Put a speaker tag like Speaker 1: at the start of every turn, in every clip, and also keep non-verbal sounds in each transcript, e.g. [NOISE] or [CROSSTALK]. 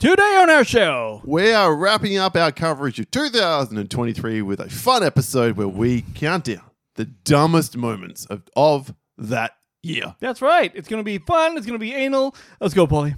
Speaker 1: Today on our show,
Speaker 2: We are wrapping up our coverage of 2023 with a fun episode where we count down the dumbest moments of, of that year.
Speaker 1: that's right. It's going to be fun. It's going to be anal. Let's go, Polly.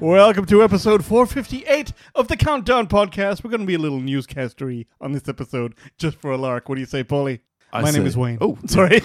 Speaker 1: Welcome to episode 458 of the Countdown Podcast. We're going to be a little newscastery on this episode just for a lark. What do you say, Polly?
Speaker 2: I
Speaker 1: My name
Speaker 2: say-
Speaker 1: is Wayne.
Speaker 2: Oh.
Speaker 1: sorry.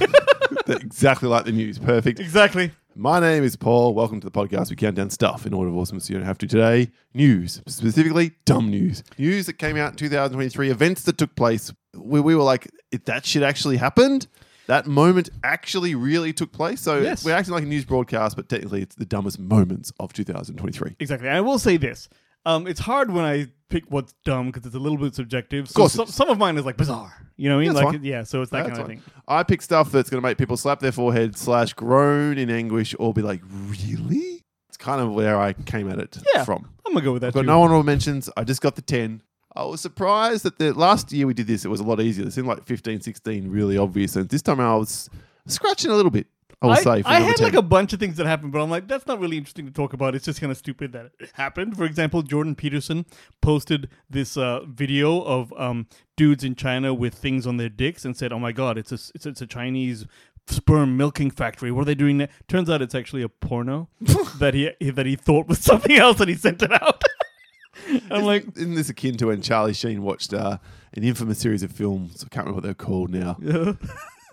Speaker 2: exactly like the news.
Speaker 1: [LAUGHS]
Speaker 2: Perfect.
Speaker 1: exactly.
Speaker 2: My name is Paul. Welcome to the podcast. We count down stuff in order of awesomeness you don't have to today. News, specifically dumb news. News that came out in 2023, events that took place where we were like, if that shit actually happened, that moment actually really took place. So
Speaker 1: Yes.
Speaker 2: we're acting like a news broadcast, but technically it's the dumbest moments of 2023.
Speaker 1: Exactly. And I will say this. Um, it's hard when I pick what's dumb because it's a little bit subjective. So
Speaker 2: course
Speaker 1: some,
Speaker 2: it is.
Speaker 1: some of mine is like bizarre. You know what I mean?
Speaker 2: That's
Speaker 1: like
Speaker 2: fine.
Speaker 1: yeah, so it's that
Speaker 2: That's
Speaker 1: kind of
Speaker 2: fine.
Speaker 1: thing.
Speaker 2: I pick stuff that's going to make people slap their forehead slash groan in anguish or be like, really? It's kind of where I came at it
Speaker 1: Yeah.
Speaker 2: from.
Speaker 1: I'm gonna go with that
Speaker 2: Got
Speaker 1: too.
Speaker 2: no honorable mentions. I just got the 10. I was surprised that the last year we did this, it was a lot easier. It seemed like 15, 16 really obvious. And this time I was scratching a little bit, I will
Speaker 1: I,
Speaker 2: say. For
Speaker 1: I
Speaker 2: number
Speaker 1: had
Speaker 2: 10.
Speaker 1: like a bunch of things that happened, but I'm like, that's not really interesting to talk about. It's just kind of stupid that it happened. For example, Jordan Peterson posted this uh, video of um, dudes in China with things on their dicks and said, "Oh my god, it's a it's, it's a Chinese sperm milking factory. What are they doing?" There? Turns out it's actually a
Speaker 2: [LAUGHS]
Speaker 1: porno that he that he thought was something else, and he sent it out. [LAUGHS] I'm like,
Speaker 2: Isn't this akin to when Charlie Sheen watched uh, an infamous series of films? I can't remember what they're called now.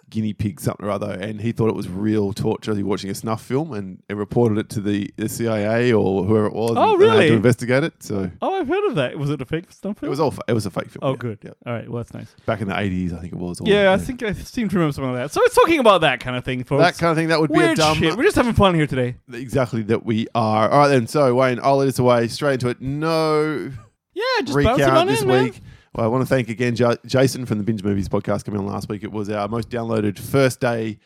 Speaker 2: Guinea pig, something or other. And he thought it was real torture. He was watching a snuff film and, and reported it to the, the CIA or whoever it was.
Speaker 1: Oh,
Speaker 2: and they had
Speaker 1: really?
Speaker 2: to investigate it. So
Speaker 1: oh, I've heard of that. Was it a fake stunt
Speaker 2: it
Speaker 1: film?
Speaker 2: was all. fa- It was a fake film.
Speaker 1: Oh,
Speaker 2: yeah.
Speaker 1: good.
Speaker 2: Yeah.
Speaker 1: All right. Well, that's nice.
Speaker 2: Back in the eighties, I think it was. or-
Speaker 1: Yeah, I think I seem to remember something like that. So it's talking about that kind of thing, folks.
Speaker 2: that kind of thing. That would be
Speaker 1: Weird
Speaker 2: a dumb.
Speaker 1: shit. We're just having fun here today.
Speaker 2: Exactly that we are. All right then. So Wayne, I'll let us away straight into it. No
Speaker 1: Yeah, just bouncing on
Speaker 2: recount this
Speaker 1: in,
Speaker 2: week.
Speaker 1: Man.
Speaker 2: Well, I want to thank again Ja- Jason from the Binge Movies podcast coming on last week. It was our most downloaded first day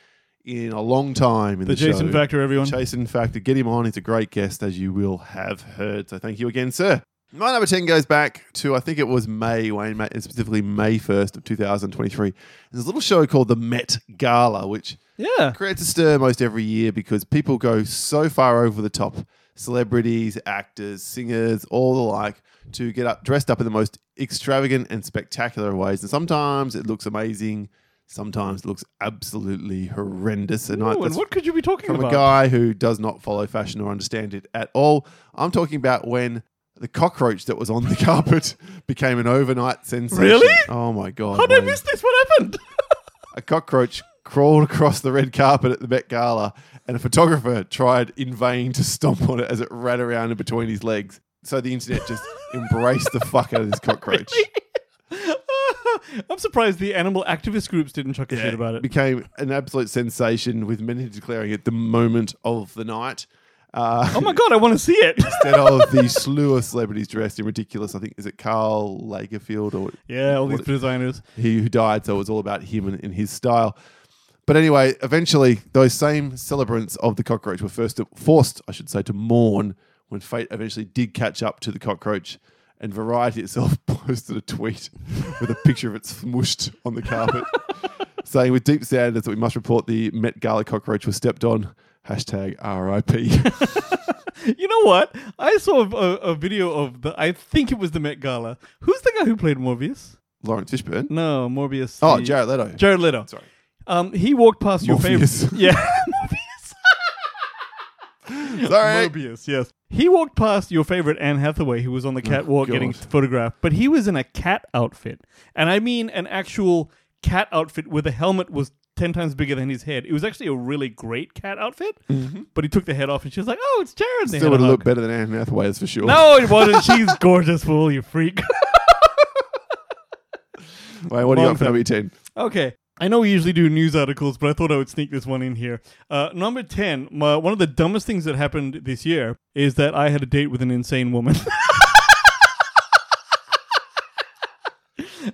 Speaker 2: in a long time in
Speaker 1: The
Speaker 2: the,
Speaker 1: Jason
Speaker 2: show.
Speaker 1: Factor, everyone.
Speaker 2: Jason Factor, get him on. He's a great guest, as you will have heard. So thank you again, sir. My number 10 goes back to, I think it was May, Wayne, May, specifically May 1st of 2023. There's a little show called the Met Gala, which
Speaker 1: Yeah.
Speaker 2: creates a stir most every year because people go so far over the top celebrities actors singers all the like to get up dressed up in the most extravagant and spectacular ways and sometimes it looks amazing sometimes it looks absolutely horrendous and I-
Speaker 1: Ooh, and
Speaker 2: that's
Speaker 1: what could you be talking
Speaker 2: from
Speaker 1: about?
Speaker 2: a guy who does not follow fashion or understand it at all i'm talking about when the cockroach that was on the [LAUGHS] carpet became an overnight sensation
Speaker 1: Really?
Speaker 2: oh my god
Speaker 1: How did I
Speaker 2: Wayne
Speaker 1: miss this? What
Speaker 2: [LAUGHS]
Speaker 1: happened?
Speaker 2: a cockroach crawled across the red carpet at the Met Gala, and a photographer tried in vain to stomp on it as it ran around in between his legs. So the
Speaker 1: [LAUGHS]
Speaker 2: internet just embraced the fuck out of this cockroach.
Speaker 1: I'm surprised the animal activist groups didn't chuck a shit about
Speaker 2: It
Speaker 1: it.
Speaker 2: became an absolute sensation, with many declaring it the moment of the night. Uh,
Speaker 1: Oh my god, I want to see it. [LAUGHS]
Speaker 2: Instead of the slew of celebrities dressed in ridiculous, I think is it Carl Lagerfeld or
Speaker 1: yeah, all these
Speaker 2: What-
Speaker 1: designers.
Speaker 2: he who died, so it was all about him and, and his style. But anyway, eventually, those same celebrants of the cockroach were first forced, I should say, to mourn when fate eventually did catch up to the cockroach. And Variety itself [LAUGHS] posted a tweet with a picture of it smooshed on the
Speaker 1: [LAUGHS]
Speaker 2: carpet, saying with deep sadness that we must report the Met Gala cockroach was stepped on. Hashtag
Speaker 1: [LAUGHS]
Speaker 2: RIP.
Speaker 1: You know what? I saw a, a video of the. I think it was the Met Gala. Who's the guy who played Morbius?
Speaker 2: Lawrence Fishburne.
Speaker 1: No, Morbius.
Speaker 2: Oh,
Speaker 1: the-
Speaker 2: Jared Leto.
Speaker 1: Jared Leto.
Speaker 2: Sorry.
Speaker 1: Um, he walked past your
Speaker 2: [LAUGHS] Morpheus.
Speaker 1: favorite. Yeah, Morpheus.
Speaker 2: Sorry.
Speaker 1: Morbius, yes. He walked past your favorite Anne Hathaway, who was on the catwalk
Speaker 2: Oh, God.
Speaker 1: getting photographed, but he was in a cat outfit. And I mean an actual cat outfit where the helmet was 10 times bigger than his head. It was actually a really great cat outfit, but he took the head off and she was like, oh, it's Jared. They
Speaker 2: Mm-hmm. Still
Speaker 1: had
Speaker 2: would
Speaker 1: a
Speaker 2: have looked
Speaker 1: hug.
Speaker 2: better than Anne Hathaway, that's for sure.
Speaker 1: No, it wasn't. She's gorgeous, fool, you freak.
Speaker 2: Wait, what do you
Speaker 1: Long
Speaker 2: got for number 10?
Speaker 1: Okay. I know we usually do news articles, but I thought I would sneak this one in here. Uh, number 10, my, one of the dumbest things that happened this year is that I had a date with an insane woman. [LAUGHS]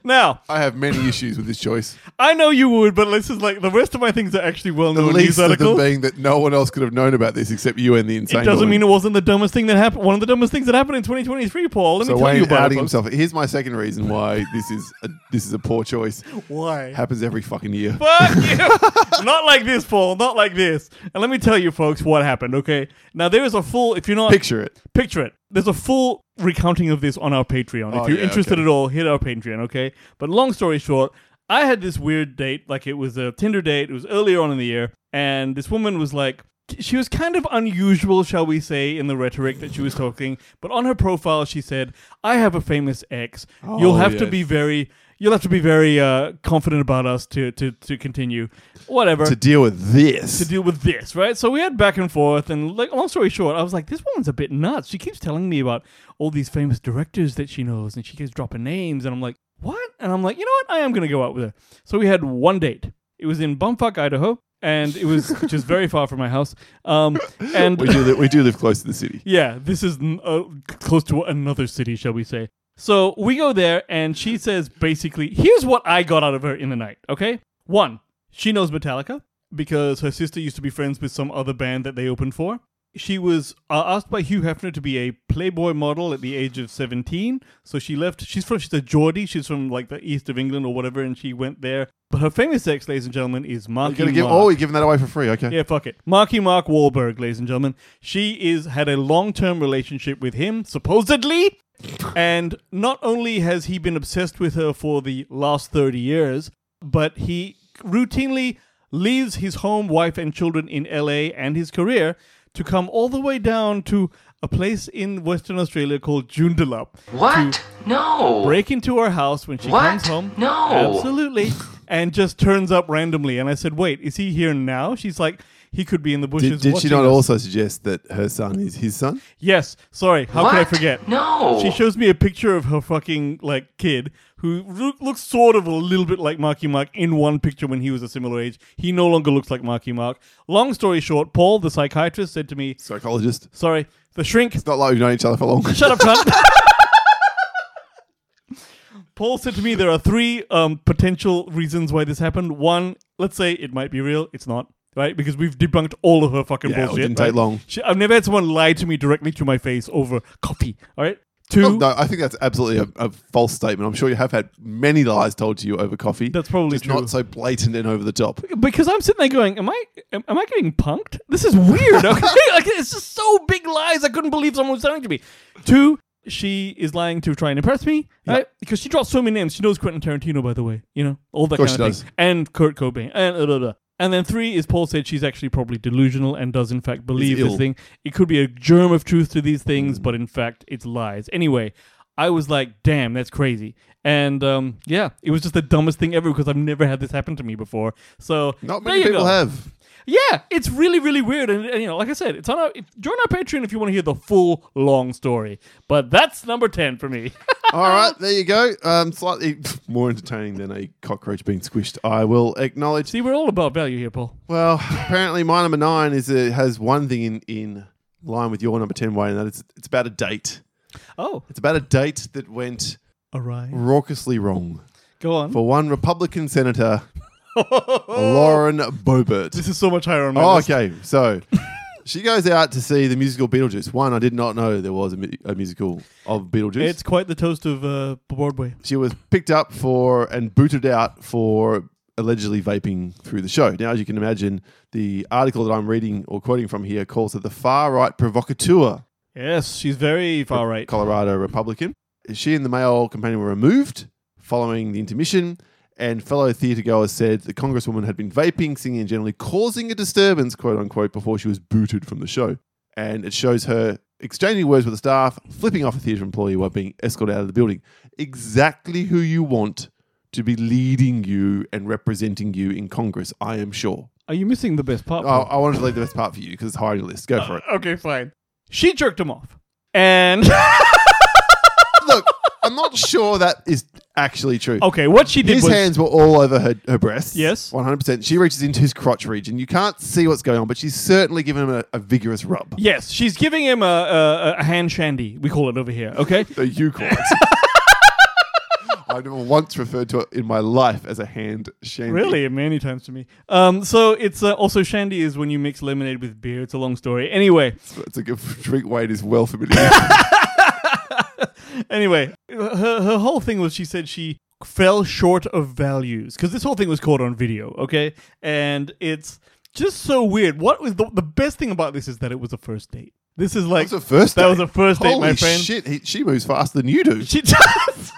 Speaker 1: Now,
Speaker 2: I have many issues with this choice.
Speaker 1: I know you would, but this is like the rest of my things are actually well
Speaker 2: [LAUGHS] The
Speaker 1: known
Speaker 2: least
Speaker 1: news
Speaker 2: of them
Speaker 1: articles.
Speaker 2: being that no one else could have known about this except you and the insane.
Speaker 1: It doesn't
Speaker 2: woman.
Speaker 1: mean it wasn't the dumbest thing that happened. One of the dumbest things that happened in 2023, Paul. Let me
Speaker 2: So
Speaker 1: tell you
Speaker 2: Wayne
Speaker 1: about
Speaker 2: outing
Speaker 1: it. folks.
Speaker 2: himself. Here's my second reason why this is a, this is a
Speaker 1: [LAUGHS]
Speaker 2: poor choice.
Speaker 1: Why?
Speaker 2: Happens every fucking year. [LAUGHS]
Speaker 1: Fuck you! not like this, Paul. Not like this. And let me tell you, folks, what happened. Okay. Now there is a full. If you're not
Speaker 2: Picture it.
Speaker 1: picture it. There's a full recounting of this on our Patreon.
Speaker 2: Oh,
Speaker 1: if you're
Speaker 2: yeah,
Speaker 1: interested
Speaker 2: okay.
Speaker 1: at all, hit our Patreon, okay? But long story short, I had this weird date, like it was a Tinder date, it was earlier on in the year, and this woman was like, she was kind of unusual, shall we say, in the rhetoric that she was talking, but on her profile she said, I have a famous ex. You'll
Speaker 2: Oh,
Speaker 1: have to
Speaker 2: yes.
Speaker 1: be very. You'll have to be very uh, confident about us to, to, to continue. Whatever
Speaker 2: To deal with this.
Speaker 1: to deal with this, right? So we had back and forth, and like long story short, I was like, this woman's a bit nuts. She keeps telling me about all these famous directors that she knows, and she keeps dropping names, and I'm like, what? And I'm like, you know what? I am gonna go out with her. So we had one date. It was in Bumfuck, Idaho, and it was which is very far from my house. Um, and
Speaker 2: we do li- we do live close to
Speaker 1: [LAUGHS]
Speaker 2: the city.
Speaker 1: yeah, this is n- uh, c- close to another city, shall we say. So we go there, and she says basically, here's what I got out of her in the night, okay? One, she knows Metallica because her sister used to be friends with some other band that they opened for. She was uh, asked by Hugh Hefner to be a Playboy model at the age of 17. So she left. She's from, she's a Geordie. She's from like the east of England or whatever, and she went there. But her famous ex, ladies and gentlemen, is Marky
Speaker 2: You're gonna give,
Speaker 1: Mark.
Speaker 2: oh, you're giving that away for free. Okay.
Speaker 1: Yeah, fuck it. Marky Mark Wahlberg, ladies and gentlemen. She is had a long term relationship with him, supposedly. And not only has he been obsessed with her for the last 30 years, but he routinely leaves his home, wife, and children in LA and his career to come all the way down to a place in Western Australia called Joondalup.
Speaker 3: What? No.
Speaker 1: Break into her house when she
Speaker 3: What?
Speaker 1: comes home.
Speaker 3: No.
Speaker 1: Absolutely. And just turns up randomly. And I said, wait, is he here now? She's like, he could be in the bushes.
Speaker 2: Did, did she
Speaker 1: watching
Speaker 2: not
Speaker 1: us."
Speaker 2: also suggest that her son is his son?
Speaker 1: Yes. Sorry. How
Speaker 3: what?
Speaker 1: could I forget?
Speaker 3: No.
Speaker 1: She shows me a picture of her fucking like kid who loo- looks sort of a little bit like Marky Mark in one picture when he was a similar age. He no longer looks like Marky Mark. Long story short, Paul, the psychiatrist, said to me,
Speaker 2: Psychologist.
Speaker 1: "Sorry, the shrink
Speaker 2: It's not like we've known each other for long.
Speaker 1: [LAUGHS] Shut up, cunt. Paul said to me there are three um, potential reasons why this happened. One, let's say it might be real. It's not, right? Because we've debunked all of her fucking
Speaker 2: Yeah, it
Speaker 1: bullshit.
Speaker 2: didn't
Speaker 1: right?
Speaker 2: take long.
Speaker 1: She- I've never had someone lie to me directly to my face over coffee, all right? Two,
Speaker 2: Oh, No, I think that's absolutely a, a false statement. I'm sure you have had many lies told to you over coffee.
Speaker 1: That's probably
Speaker 2: Just
Speaker 1: true.
Speaker 2: not so blatant and over the top.
Speaker 1: because I'm sitting there going, am I am, am I getting punked? This is weird. [LAUGHS] Okay, like, it's just so big lies. I couldn't believe someone was telling to me. Two, she is lying to try and impress me, right? Because she drops so many names. She knows Quentin Tarantino, by the way. You know all that
Speaker 2: course
Speaker 1: kind of
Speaker 2: she
Speaker 1: thing, and Kurt Cobain, and uh, blah, blah, blah. And then three is Paul said she's actually probably delusional and does in fact believe
Speaker 2: Is
Speaker 1: this
Speaker 2: ill. Mm.
Speaker 1: thing. It could be a germ of truth to these things, but in fact it's lies. Anyway, I was like, damn, that's crazy. And um, yeah, it was just the dumbest thing ever because I've never had this happen to me before. So
Speaker 2: Not
Speaker 1: there
Speaker 2: many
Speaker 1: you
Speaker 2: people
Speaker 1: go. [LAUGHS]
Speaker 2: have.
Speaker 1: Yeah, it's really, really weird. And, and, you know, like I said, it's on our if, join our Patreon if you want to hear the full long story. But that's number ten for me. [LAUGHS]
Speaker 2: All right, there you go. Um, slightly [LAUGHS] more entertaining than a cockroach being squished. I will acknowledge.
Speaker 1: See, we're all about value here, Paul.
Speaker 2: Well, apparently my number nine is a, has one thing in, in line with your number ten, Wayne. and That it's it's about a date.
Speaker 1: Oh,
Speaker 2: It's about a date that went
Speaker 1: all right.
Speaker 2: raucously wrong
Speaker 1: Go on.
Speaker 2: for one
Speaker 1: [LAUGHS]
Speaker 2: Republican senator, Lauren Boebert.
Speaker 1: This is so much higher on my
Speaker 2: Oh,
Speaker 1: list.
Speaker 2: okay. So [LAUGHS] she goes out to see the musical Beetlejuice. One, I did not know there was a, mu- a musical of Beetlejuice.
Speaker 1: It's quite the toast of uh, Broadway.
Speaker 2: she was picked up for and booted out for allegedly vaping through the show. Now, as you can imagine, the article that I'm reading or quoting from here calls her the far right provocateur,
Speaker 1: Yes, she's very far right.
Speaker 2: Colorado Republican. She and the male companion were removed following the intermission. And fellow theatregoers said the congresswoman had been vaping, singing, and generally causing a disturbance, quote unquote, before she was booted from the show. And it shows her exchanging words with the staff, flipping off a theatre employee while being escorted out of the building. Exactly who you want to be leading you and representing you in Congress, I am sure.
Speaker 1: Are you missing the best part?
Speaker 2: I, I wanted to leave the best part for you because it's high on your list. Go
Speaker 1: [LAUGHS]
Speaker 2: for it.
Speaker 1: Paul? Oh, Okay, fine. She jerked him off, and
Speaker 2: Look, I'm not sure that is actually true.
Speaker 1: [LAUGHS] okay, what she did
Speaker 2: His
Speaker 1: was
Speaker 2: hands were all over her, her breasts.
Speaker 1: Yes.
Speaker 2: 100%. She reaches into his crotch region. You can't see what's going on, but she's certainly giving him a, a vigorous rub.
Speaker 1: yes, she's giving him a, [LAUGHS] a, a hand shandy. We call it over here. Okay,
Speaker 2: So you call it. [LAUGHS] I've never once referred to it in my life as a hand shandy.
Speaker 1: Really, many times to me. Um, so it's uh, also shandy is when you mix lemonade with beer. It's a long story. Anyway,
Speaker 2: It's a good drink Wayne is well familiar.
Speaker 1: anyway, her her whole thing was she said she fell short of values because this whole thing was caught on video. Okay, and it's just so weird. What was the the best thing about this is that it was a first date. This is like
Speaker 2: That was a first
Speaker 1: That
Speaker 2: date.
Speaker 1: was a first date,
Speaker 2: Holy
Speaker 1: my friend.
Speaker 2: shit, he, she moves faster than you do.
Speaker 1: She does.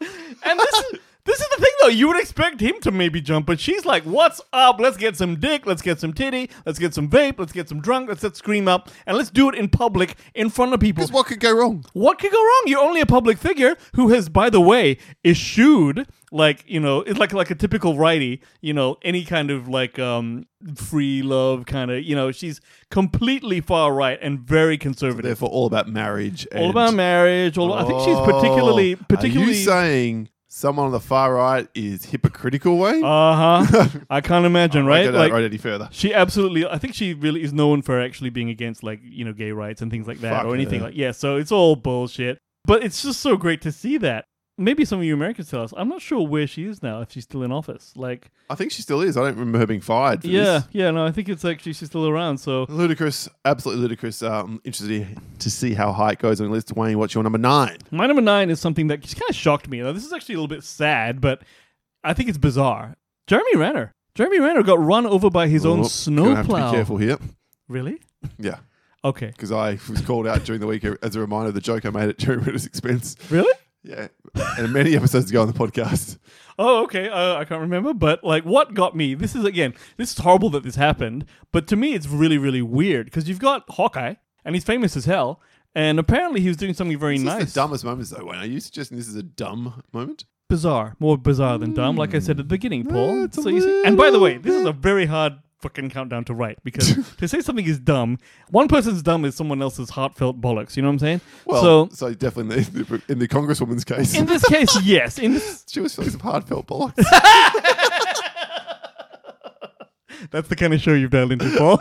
Speaker 1: and this is this is the thing though. You would expect him to maybe jump, but she's like, "What's up? Let's get some dick. Let's get some titty. Let's get some vape. Let's get some drunk. Let's let's scream up, and let's do it in public in front of people."
Speaker 2: What could go wrong?
Speaker 1: What could go wrong? You're only a public figure who has, by the way, eschewed like you know, it's like like a typical righty, you know, any kind of like um free love kind of, you know, she's completely far right and very conservative.
Speaker 2: Therefore, all about marriage. And
Speaker 1: all about marriage. All I think she's particularly
Speaker 2: Oh, Are
Speaker 1: particularly.
Speaker 2: you saying someone on the far right is hypocritical, Wayne?
Speaker 1: uh
Speaker 2: [LAUGHS]
Speaker 1: huh. I can't imagine,
Speaker 2: Oh I
Speaker 1: right?
Speaker 2: don't
Speaker 1: Like
Speaker 2: right any further.
Speaker 1: she absolutely. I think she really is known for actually being against like you know gay rights and things like that,
Speaker 2: Fuck
Speaker 1: or anything
Speaker 2: her.
Speaker 1: like yeah. So it's all bullshit. But it's just so great to see that. Maybe some of you Americans tell us. I'm not sure where she is now. If she's still in office, like
Speaker 2: I think she still is. I don't remember her being fired. For
Speaker 1: yeah,
Speaker 2: This.
Speaker 1: yeah. No, I think it's actually she's still around. So
Speaker 2: Ludicrous, absolutely ludicrous. Um, interested to see how high it goes on the list. Wayne, what's your number nine?
Speaker 1: My number nine is something that just kind of shocked me. Now, this is actually a little bit sad, but I think it's bizarre. Jeremy Renner. Jeremy Renner got run over by his own
Speaker 2: Oh, gonna have to
Speaker 1: snowplow.
Speaker 2: Be careful here.
Speaker 1: Really?
Speaker 2: Yeah,
Speaker 1: Okay.
Speaker 2: because I was called out during the week [LAUGHS] as a reminder of the joke I made at Jerry Ritter's expense.
Speaker 1: Really?
Speaker 2: Yeah, and many episodes ago on
Speaker 1: [LAUGHS]
Speaker 2: the podcast.
Speaker 1: Oh, okay. Uh, I can't remember, but like, what got me? This is again. This is horrible that this happened, but to me, it's really, really weird because you've got Hawkeye, and he's famous as hell, and apparently he was doing something very
Speaker 2: This
Speaker 1: nice.
Speaker 2: is the dumbest moments though. Wayne, are you suggesting this is a dumb moment?
Speaker 1: bizarre, more bizarre than dumb, like I said at the beginning, Paul.
Speaker 2: it's a
Speaker 1: so you see, and by the way,
Speaker 2: little
Speaker 1: this is
Speaker 2: bit-
Speaker 1: a very hard fucking countdown to write [LAUGHS] because to say something is dumb, one person's dumb is someone else's heartfelt bollocks. You know what I'm saying?
Speaker 2: Well, so,
Speaker 1: so
Speaker 2: definitely in the, in the Congresswoman's case,
Speaker 1: in this case, [LAUGHS] yes. In this,
Speaker 2: [LAUGHS] she was feeling some
Speaker 1: [LAUGHS]
Speaker 2: heartfelt bollocks.
Speaker 1: that's the kind of show you've dialed into, Paul,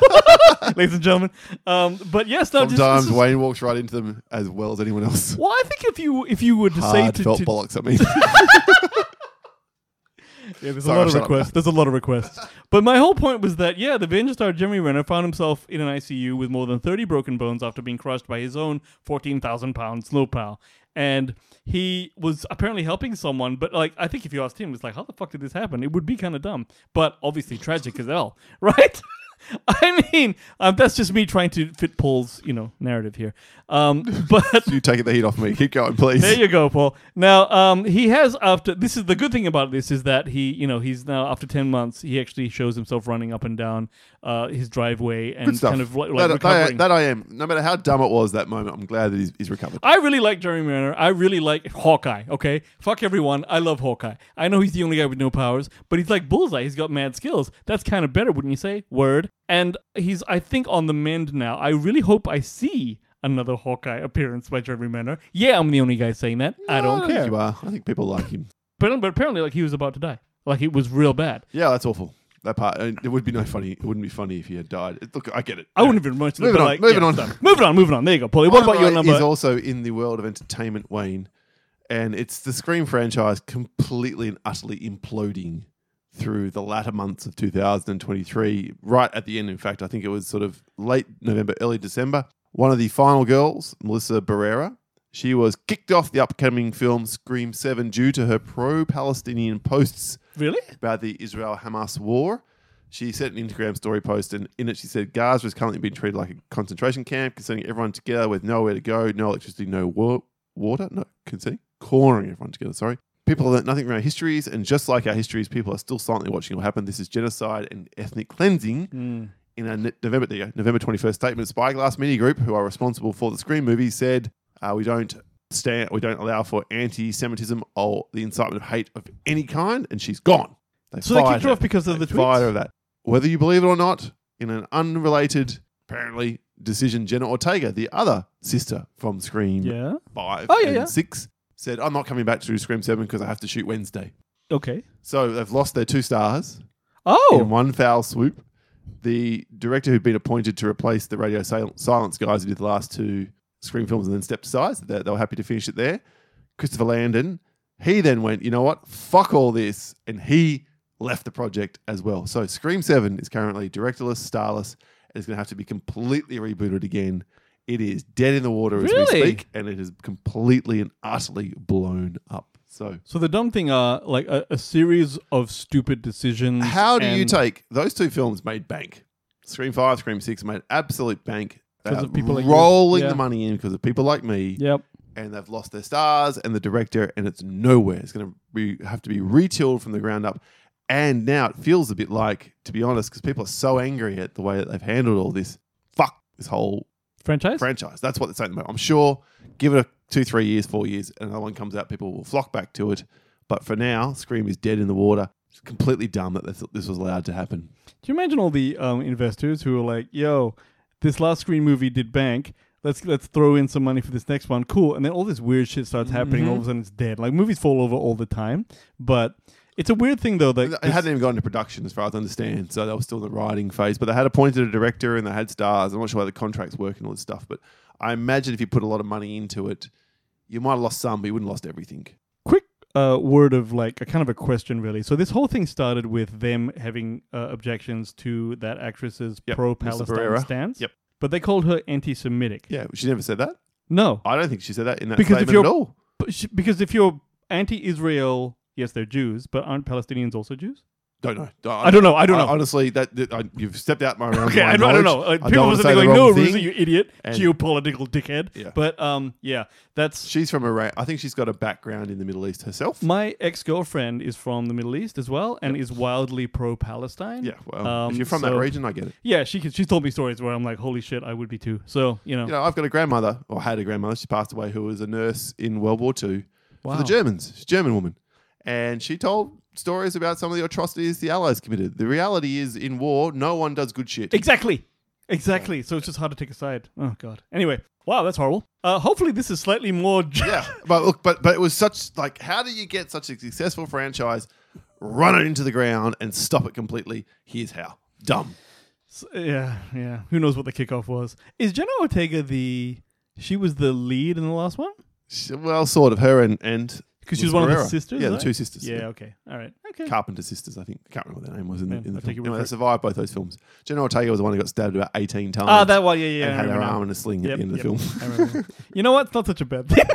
Speaker 1: [LAUGHS] ladies and gentlemen. Um, but yes, no, just,
Speaker 2: Sometimes
Speaker 1: this is-
Speaker 2: Wayne walks right into them as well as anyone else.
Speaker 1: Well, I think if you if you were to say to,
Speaker 2: Heartfelt
Speaker 1: to
Speaker 2: bollocks. I mean,
Speaker 1: Yeah, there's
Speaker 2: Sorry,
Speaker 1: a lot of
Speaker 2: shut up.
Speaker 1: requests. There's a lot of requests. But my whole point was that, yeah, the Avenger star Jeremy Renner found himself in an ICU with more than 30 broken bones after being crushed by his own 14,000 pound snowplow. And he was apparently helping someone, but like, I think if you asked him, it's like, how the fuck did this happen? It would be kind of dumb, but obviously tragic as hell, [LAUGHS] right? I mean, um, that's just me trying to fit Paul's, you know, narrative here. Um, [LAUGHS]
Speaker 2: [LAUGHS]
Speaker 1: but
Speaker 2: you take the heat off me. Keep going, please. [LAUGHS]
Speaker 1: there you go, Paul. Now, um, he has after this is the good thing about this is that he, you know, he's now after ten months, he actually shows himself running up and down uh, his driveway and
Speaker 2: Good stuff.
Speaker 1: kind of like, like
Speaker 2: that, that I-
Speaker 1: recovering.
Speaker 2: that I am. No matter how dumb it was that moment, I'm glad that he's, he's recovered.
Speaker 1: I really like Jeremy Renner. I really like Hawkeye. Okay, fuck everyone. I love Hawkeye. I know he's the only guy with no powers, but he's like Bullseye. He's got mad skills. That's kind of better, wouldn't you say? Word. And he's, I think, on the mend now. I really hope I see another Hawkeye appearance by Jeremy Renner. Yeah, I'm the only guy saying that. I don't
Speaker 2: Ah, I
Speaker 1: care.
Speaker 2: Think you are. I think people like him.
Speaker 1: But, but apparently, like he was about to die. Like it was real bad.
Speaker 2: Yeah, that's awful. That part. I mean, it would be no funny. It wouldn't be funny if he had died. It- look, I get it.
Speaker 1: I wouldn't even mention it.
Speaker 2: Moving
Speaker 1: but,
Speaker 2: on,
Speaker 1: Like,
Speaker 2: moving
Speaker 1: yeah,
Speaker 2: on.
Speaker 1: done. Moving on. Moving on. There you go, Polly. What about your
Speaker 2: Twilight
Speaker 1: number?
Speaker 2: Is also in the world of entertainment, Wayne, and it's the Scream franchise completely and utterly imploding through the latter months of 2023. Right at the end, in fact, I think it was sort of late November, early December. One of the final girls, Melissa Barrera, she was kicked off the upcoming film Scream 7 due to her pro-Palestinian posts
Speaker 1: really?
Speaker 2: about the Israel Hamas war. She sent an Instagram story post, and in it she said Gaza is currently being treated like a concentration camp, concerning everyone together with nowhere to go, no electricity, no wa- water, no concerning cornering everyone together. Sorry, people learnt nothing from our histories, and just like our histories, people are still silently watching what happened. This is genocide and ethnic cleansing. In a Ne- November there you go, November twenty first statement, Spyglass Media Group, who are responsible for the Scream movie, said uh, we don't stand, we don't allow for anti-Semitism or the incitement of hate of any kind, and she's gone.
Speaker 1: So they
Speaker 2: fired
Speaker 1: kicked her off because of the
Speaker 2: they fired her
Speaker 1: tweets.
Speaker 2: of that. Whether you believe it or not, in an unrelated, apparently, decision, Jenna Ortega, the other sister from Scream
Speaker 1: Yeah.
Speaker 2: Five
Speaker 1: Oh, yeah,
Speaker 2: and
Speaker 1: yeah.
Speaker 2: Six, said, "I'm not coming back to do Scream Seven because I have to shoot Wednesday."
Speaker 1: Okay.
Speaker 2: So they've lost their two stars in
Speaker 1: Oh.
Speaker 2: one foul swoop. The director who'd been appointed to replace the radio sil- silence guys who did the last two Scream films and then stepped aside, so they, they were happy to finish it there. Christopher Landon He then went, you know what? Fuck all this. And he left the project as well. So Scream 7 is currently directorless, starless, and it's going to have to be completely rebooted again. It is dead in the water as
Speaker 1: Really?
Speaker 2: we speak, and it is completely and utterly blown up. So,
Speaker 1: So the dumb thing are like a, a series of stupid decisions.
Speaker 2: how do you
Speaker 1: and-
Speaker 2: take those two films made bank? Scream 5, Scream 6 made absolute bank. They
Speaker 1: 'Cause
Speaker 2: are
Speaker 1: of people like you.
Speaker 2: rolling
Speaker 1: Yeah.
Speaker 2: the money in because of people like me.
Speaker 1: Yep.
Speaker 2: and they've lost their stars and the director, and it's nowhere. It's going to be, have to be retilled from the ground up. And now it feels a bit like, to be honest, because people are so angry at the way that they've handled all this. Fuck this whole
Speaker 1: Franchise?
Speaker 2: franchise. That's what they're saying at the moment. I'm sure, give it a two, three years, four years, and another one comes out, people will flock back to it. But for now, Scream is dead in the water. It's completely dumb that this, this was allowed to happen.
Speaker 1: Do you imagine all the um, investors who are like, "Yo, this last screen movie did bank. Let's let's throw in some money for this next one. Cool." And then all this weird shit starts happening.
Speaker 2: Mm-hmm.
Speaker 1: All of a sudden, it's dead. Like movies fall over all the time, but it's a weird thing though. That
Speaker 2: It hadn't even gone into production, as far as I understand. So they were still in the writing phase, but they had appointed a director and they had stars. I'm not sure how the contracts work and all this stuff, but I imagine if you put a lot of money into it, you might have lost some, but you wouldn't have lost everything.
Speaker 1: quick uh, word of like a kind of a question really so this whole thing started with them having uh, objections to that actress's
Speaker 2: Yep, Mr.
Speaker 1: pro-palestine
Speaker 2: Pereira.
Speaker 1: stance
Speaker 2: Yep.
Speaker 1: but they called her anti-semitic
Speaker 2: Yeah, she never said that.
Speaker 1: no
Speaker 2: I don't think she said that in that
Speaker 1: Because if
Speaker 2: statement
Speaker 1: you're-
Speaker 2: at all.
Speaker 1: But sh- because if you're anti-israel yes they're jews but aren't palestinians also jews
Speaker 2: Don't know.
Speaker 1: i don't know i don't know
Speaker 2: Honestly, that, that- I, you've stepped out my realm. of
Speaker 1: Okay,
Speaker 2: my
Speaker 1: I don't, I don't know. Like,
Speaker 2: knowledge. I
Speaker 1: people
Speaker 2: don't
Speaker 1: were
Speaker 2: wanna say
Speaker 1: sitting
Speaker 2: the
Speaker 1: like,
Speaker 2: wrong
Speaker 1: "No,
Speaker 2: thing.
Speaker 1: Ruzi, you idiot,
Speaker 2: And-
Speaker 1: geopolitical dickhead."
Speaker 2: Yeah.
Speaker 1: But um, yeah, that's
Speaker 2: She's from Iran. I think she's got a background in the Middle East herself.
Speaker 1: my ex-girlfriend is from the Middle East as well, and is wildly pro-Palestine.
Speaker 2: yeah, well,
Speaker 1: Um,
Speaker 2: if you're from
Speaker 1: so-
Speaker 2: that region, I get it.
Speaker 1: Yeah, she could, she's told me stories where I'm like, holy shit, I would be too. So you know,
Speaker 2: you know, I've got a grandmother, or had a grandmother, she passed away, who was a nurse in World War II for
Speaker 1: Wow.
Speaker 2: the Germans. She's a German woman. And she told stories about some of the atrocities the Allies committed. The reality is, in war, no one does good shit.
Speaker 1: exactly, exactly. So it's just hard to take a side. Oh god. Anyway, wow, that's horrible. Uh, hopefully this is slightly more.
Speaker 2: yeah. But look, but, but it was such, like, how do you get such a successful franchise, run it into the ground, and stop it completely? Here's how. Dumb.
Speaker 1: yeah, yeah. Who knows what the kickoff was? Is Jenna Ortega the? She was the lead in the last one.
Speaker 2: She- Well, sort of. Her and. and
Speaker 1: Because she was one of the
Speaker 2: Ferreira.
Speaker 1: sisters.
Speaker 2: Yeah, the
Speaker 1: right?
Speaker 2: two sisters.
Speaker 1: Yeah, okay. All right. Okay.
Speaker 2: Carpenter sisters, I think. I can't remember what their name was in the,
Speaker 1: Yeah,
Speaker 2: in the
Speaker 1: I'll take
Speaker 2: film.
Speaker 1: your word
Speaker 2: Anyway,
Speaker 1: for
Speaker 2: they
Speaker 1: it.
Speaker 2: survived both those films. Jenna Ortega was the one who got stabbed about 18 times.
Speaker 1: Ah, that one. Yeah, yeah.
Speaker 2: and
Speaker 1: I
Speaker 2: had her
Speaker 1: remember now.
Speaker 2: arm in a sling at
Speaker 1: Yep,
Speaker 2: the end of the
Speaker 1: yep, [LAUGHS]
Speaker 2: film.
Speaker 1: I
Speaker 2: [LAUGHS]
Speaker 1: remember now. you know what? It's not such a bad thing.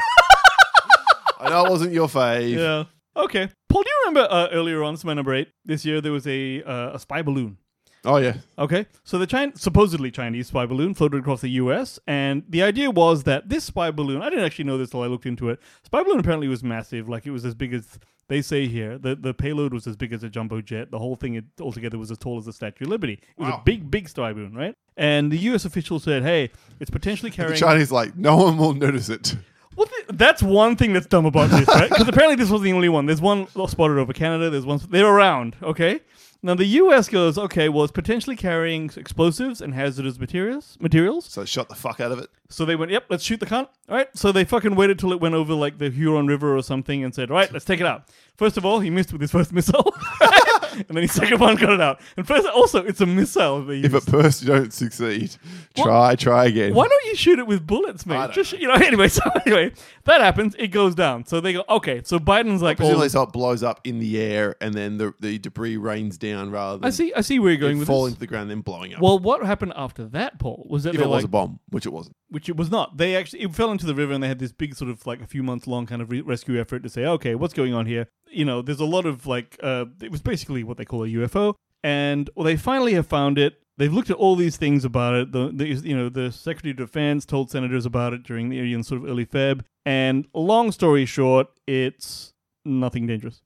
Speaker 2: I know it wasn't your fave.
Speaker 1: yeah. Okay. Paul, do you remember uh, earlier on, this is my number eight, this year there was a, uh, a spy balloon?
Speaker 2: Oh yeah,
Speaker 1: Okay, so the Chin- supposedly Chinese spy balloon floated across the U.S., and the idea was that this spy balloon—I didn't actually know this till I looked into it. Spy balloon apparently was massive, like it was as big as they say here. the The payload was as big as a jumbo jet. The whole thing it, altogether was as tall as the Statue of Liberty. It was a
Speaker 2: Wow.
Speaker 1: big, big spy balloon, right? And the U.S. official said, "Hey, it's potentially
Speaker 2: the
Speaker 1: carrying."
Speaker 2: Chinese like no one will notice it.
Speaker 1: Well, th- that's one thing that's dumb about this, right? Because apparently this wasn't the only one. There's one spotted over Canada. There's one. They're around, okay? Now the U.S. goes, okay, well, it's potentially carrying explosives and hazardous materials. Materials.
Speaker 2: So shot the fuck out of it.
Speaker 1: So they went, yep, let's shoot the cunt. All right. So they fucking waited till it went over like the Huron River or something and said, all right, let's take it out. First of all, he missed with his first missile, [LAUGHS] and then his second one got it out. And first, also, it's a missile. They used.
Speaker 2: If at first you don't succeed, try try again.
Speaker 1: Why don't you shoot it with bullets,
Speaker 2: I
Speaker 1: mate?
Speaker 2: don't
Speaker 1: Just shoot- you know. [LAUGHS] Anyway, so anyway, that happens. It goes down. So they go, okay. So Biden's like, oh,
Speaker 2: Presumably, so it blows up in the air, and then the, the debris rains down rather than
Speaker 1: I see. I see where you're
Speaker 2: it
Speaker 1: going with
Speaker 2: falling
Speaker 1: this.
Speaker 2: to the ground, then blowing up.
Speaker 1: Well, what happened after that, Paul, was that
Speaker 2: if
Speaker 1: they
Speaker 2: it was
Speaker 1: like,
Speaker 2: a bomb, which it wasn't.
Speaker 1: which it was not. They actually it fell into the river, and they had this big sort of like a few months long kind of re- rescue effort to say, okay, what's going on here? You know, there's a lot of like, uh, it was basically what they call a UFO, and well, they finally have found it. They've looked at all these things about it. The, the you know the Secretary of Defense told senators about it during the you know, sort of early Feb. And long story short, it's nothing dangerous.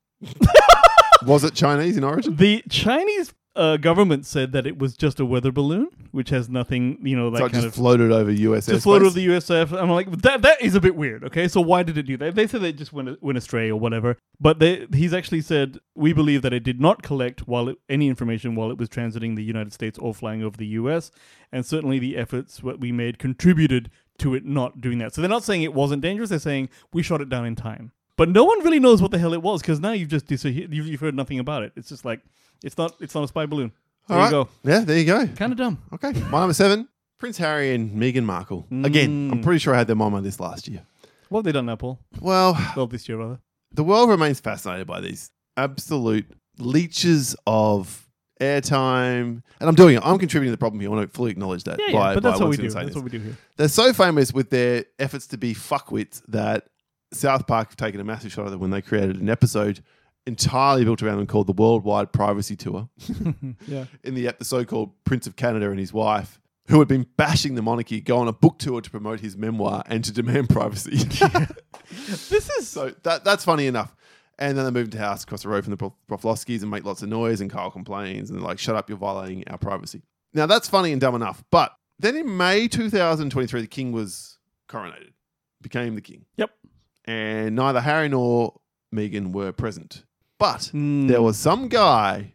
Speaker 2: Was it Chinese in origin?
Speaker 1: The Chinese uh, government said that it was just a weather balloon, which has nothing you know [LAUGHS] that
Speaker 2: So it
Speaker 1: kind
Speaker 2: just
Speaker 1: of
Speaker 2: floated over US
Speaker 1: just floated over the USF. I'm like, that that is a bit weird. Okay, so why did it do that? They said they just went went astray or whatever. But they, he's actually said we believe that it did not collect while it, any information while it was transiting the United States or flying over the US, and certainly the efforts what we made contributed to it not doing that. So they're not saying it wasn't dangerous. They're saying we shot it down in time. But no one really knows what the hell it was because now you've just dis- you've, you've heard nothing about it. It's just like it's not it's not a spy balloon. There you go.
Speaker 2: Yeah, there you go.
Speaker 1: Kind of dumb.
Speaker 2: Okay, my number seven: Prince Harry and Meghan
Speaker 1: Mm.
Speaker 2: Markle. Again, I'm pretty sure I had them on my list last year.
Speaker 1: What have they done now, Paul?
Speaker 2: Well,
Speaker 1: Well, this year rather.
Speaker 2: The world remains fascinated by these absolute leeches of airtime. And I'm doing it. I'm contributing to the problem here. I want to fully acknowledge that.
Speaker 1: Yeah, yeah,
Speaker 2: by-
Speaker 1: but that's
Speaker 2: by
Speaker 1: what we
Speaker 2: once
Speaker 1: do.
Speaker 2: again saying
Speaker 1: That's
Speaker 2: this.
Speaker 1: what we do here.
Speaker 2: They're so famous with their efforts to be fuckwits that South Park have taken a massive shot at them when they created an episode entirely built around them called the Worldwide Privacy Tour.
Speaker 1: Yeah.
Speaker 2: In the, ep- the so-called Prince of Canada and his wife, who had been bashing the monarchy, go on a book tour to promote his memoir and to demand [LAUGHS] privacy.
Speaker 1: This is
Speaker 2: So that that's funny enough. And then they move into the house across the road from the Prof- Proflovskis and make lots of noise, and Kyle complains and they're like, shut up, you're violating our privacy. Now that's funny and dumb enough. But then in May 2023, the king was coronated, became the king.
Speaker 1: Yep.
Speaker 2: And neither Harry nor Megan were present. But
Speaker 1: Mm.
Speaker 2: there was some guy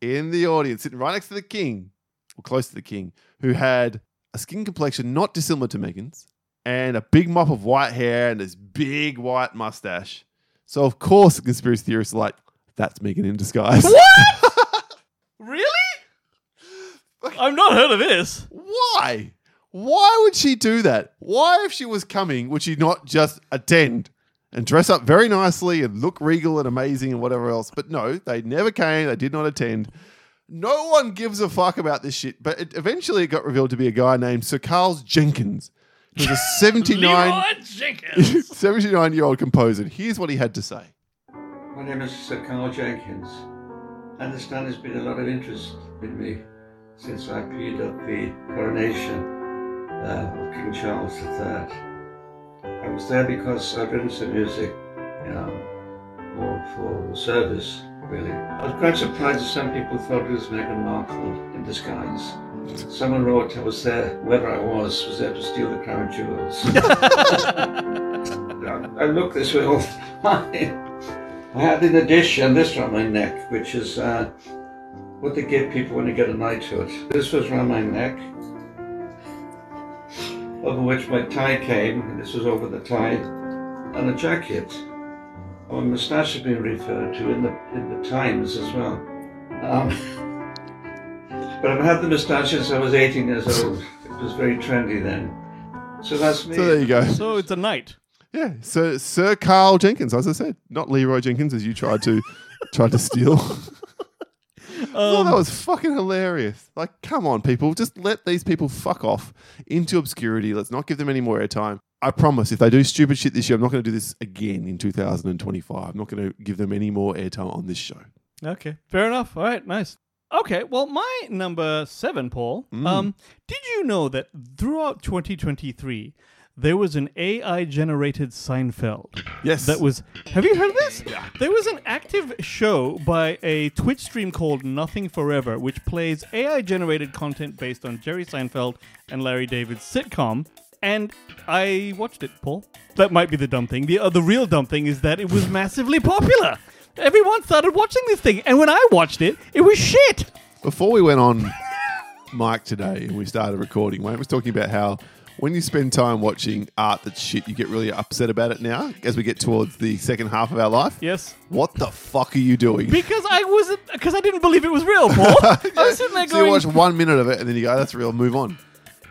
Speaker 2: in the audience sitting right next to the king, or close to the king, who had a skin complexion not dissimilar to Megan's and a big mop of white hair and this big white mustache. So, of course, the conspiracy theorists are like, that's Megan in disguise.
Speaker 1: really. I've not heard of this.
Speaker 2: Why? Why would she do that? Why, if she was coming, would she not just attend and dress up very nicely and look regal and amazing and whatever else? But no, they never came. They did not attend. No one gives a fuck about this shit. But it, eventually it got revealed to be a guy named Sir Carl Jenkins, who's a 79,
Speaker 1: Leroy
Speaker 2: [LAUGHS]
Speaker 1: Jenkins.
Speaker 2: 79 year old composer. And Here's what he had to say.
Speaker 4: My name is Sir Carl Jenkins. I understand there's been a lot of interest in me since I cleared up the coronation uh, of King Charles III. I was there because I've written some music, you know, for, for service, really. I was quite surprised that some people thought it was Meghan Markle in disguise. Someone wrote I was there, wherever I was, was there to steal the crown jewels. I I look this way all the [LAUGHS] time. I had in addition this around my neck, which is uh, what they give people when they get a knighthood. This was around my neck, over which my tie came, and this was over the tie, and a jacket. Oh, my moustache has been referred to in the in the Times as well. Um, [LAUGHS] but I've had the moustache since I was 18 years old. It was very trendy then. So that's me.
Speaker 2: So there you go.
Speaker 1: so it's a night.
Speaker 2: Yeah, so Sir Carl Jenkins, as I said, not Leroy Jenkins, as you
Speaker 1: [LAUGHS]
Speaker 2: tried to tried to steal. oh,
Speaker 1: Um,
Speaker 2: that was fucking hilarious! Like, come on, people, just let these people fuck off into obscurity. Let's not give them any more airtime. I promise, if they do stupid shit this year, I'm not going to do this again in 2025. I'm not going to give them any more airtime on this show.
Speaker 1: Okay, fair enough. All right, nice. Okay, well, my number seven, Paul. Um, did you know that throughout 2023 there was an AI-generated Seinfeld?
Speaker 2: Yes,
Speaker 1: That was. Have you heard of this? There was an active show by a Twitch stream called Nothing Forever, which plays AI generated content based on Jerry Seinfeld and Larry David's sitcom. And I watched it, Paul. That might be the dumb thing. The, uh, the real dumb thing is that it was massively popular. Everyone started watching this thing. And when I watched it, it was shit.
Speaker 2: Before we went on mic today and we started recording, Wayne was talking about how when you spend time watching art that's shit, you get really upset about it now as we get towards the second half of our life.
Speaker 1: Yes.
Speaker 2: What the fuck are you doing?
Speaker 1: Because I wasn't, because I didn't believe it was real,
Speaker 2: [LAUGHS]
Speaker 1: Paul. I was sitting there
Speaker 2: so you
Speaker 1: going,
Speaker 2: watch one minute of it and then you go, that's real, move on.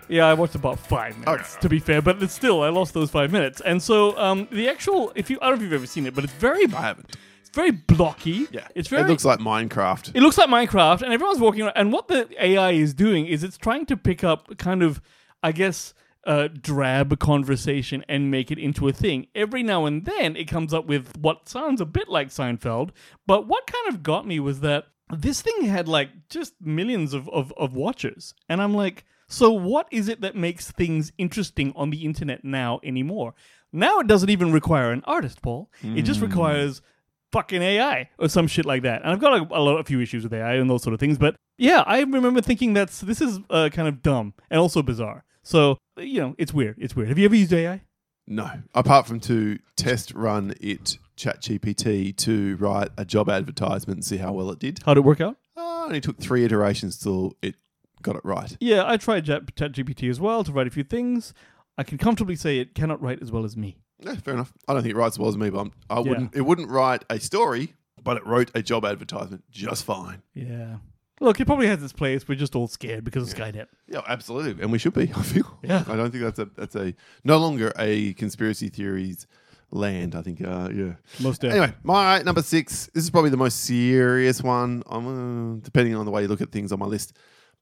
Speaker 1: Yeah, I watched about five minutes to be fair, but it's still I lost those five minutes. And so um, the actual, if you, I don't know if you've ever seen it, but it's very,
Speaker 2: I haven't.
Speaker 1: it's very blocky.
Speaker 2: Yeah.
Speaker 1: it's very.
Speaker 2: it looks like Minecraft.
Speaker 1: it looks like Minecraft, and everyone's walking around. And what the AI is doing is it's trying to pick up kind of, I guess, uh, drab conversation and make it into a thing. Every now and then, it comes up with what sounds a bit like Seinfeld. But what kind of got me was that this thing had like just millions of of, of watchers, and I'm like. So what is it that makes things interesting on the internet now anymore? Now it doesn't even require an artist, Paul. It just requires fucking AI or some shit like that. And I've got a, a lot, a few issues with AI and those sort of things. But yeah, I remember thinking that's this is uh, kind of dumb and also bizarre. So you know, it's weird. It's weird. Have you ever used AI?
Speaker 2: No. Apart from to test run it, ChatGPT, to write a job advertisement and see how well it did.
Speaker 1: How'd it work out?
Speaker 2: Oh, it only took three iterations till it got it right.
Speaker 1: Yeah, I tried Chat ChatGPT as well to write a few things. I can comfortably say it cannot write as well as me.
Speaker 2: Yeah, fair enough. I don't think it writes as well as me, but I'm, I wouldn't. It wouldn't write a story, but it wrote a job advertisement just fine.
Speaker 1: Yeah. Look, it probably has its place. We're just all scared because of Skynet.
Speaker 2: Yeah, absolutely, and we should be. [LAUGHS] I feel.
Speaker 1: Yeah.
Speaker 2: I don't think that's a that's a no longer a conspiracy theories land. I think, uh, yeah.
Speaker 1: Most definitely.
Speaker 2: Anyway, my number six. This is probably the most serious one. I'm uh, depending on the way you look at things on my list.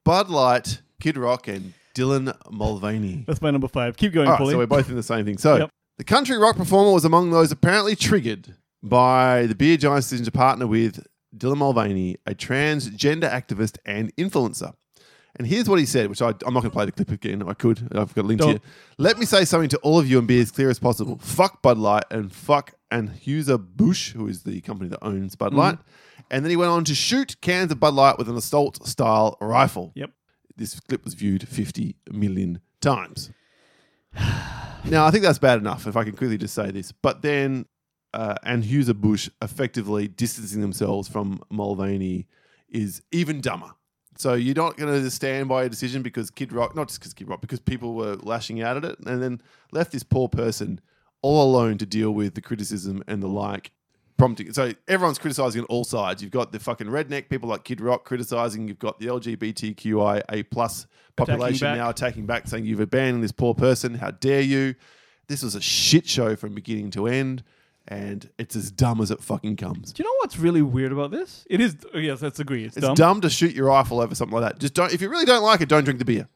Speaker 2: Bud Light, Kid Rock, and Dylan Mulvaney.
Speaker 1: That's my number five. Keep going,
Speaker 2: All right,
Speaker 1: Paulie.
Speaker 2: so we're both in the same thing. So
Speaker 1: Yep.
Speaker 2: the country rock performer was among those apparently triggered by the beer giant's decision to partner with Dylan Mulvaney, a transgender activist and influencer. And here's what he said, which I, I'm not going to play the clip again. I could. I've got a link
Speaker 1: Don't.
Speaker 2: here. Let me say something to all of you and be as clear as possible. Fuck Bud Light and fuck Anheuser Busch, who is the company that owns
Speaker 1: Mm-hmm.
Speaker 2: Bud Light. And then he went on to shoot cans of Bud Light with an assault style rifle.
Speaker 1: Yep.
Speaker 2: This clip was viewed 50 million times. Now, I think that's bad enough, if I can quickly just say this. But then, uh, and Huser Bush effectively distancing themselves from Mulvaney is even dumber. So you're not going to stand by a decision because Kid Rock, not just because Kid Rock, because people were lashing out at it and then left this poor person all alone to deal with the criticism and the like. Prompting. So everyone's criticizing on all sides. You've got the fucking redneck people like Kid Rock criticizing. You've got the LGBTQIA plus population
Speaker 1: back.
Speaker 2: now attacking back, saying you've abandoned this poor person. How dare you? This was a shit show from beginning to end, and it's as dumb as it fucking comes.
Speaker 1: Do you know what's really weird about this? It is. oh, Yes, let's agree. It's,
Speaker 2: It's dumb.
Speaker 1: dumb.
Speaker 2: to shoot your rifle over something like that. Just don't. If you really don't like it, don't drink the beer.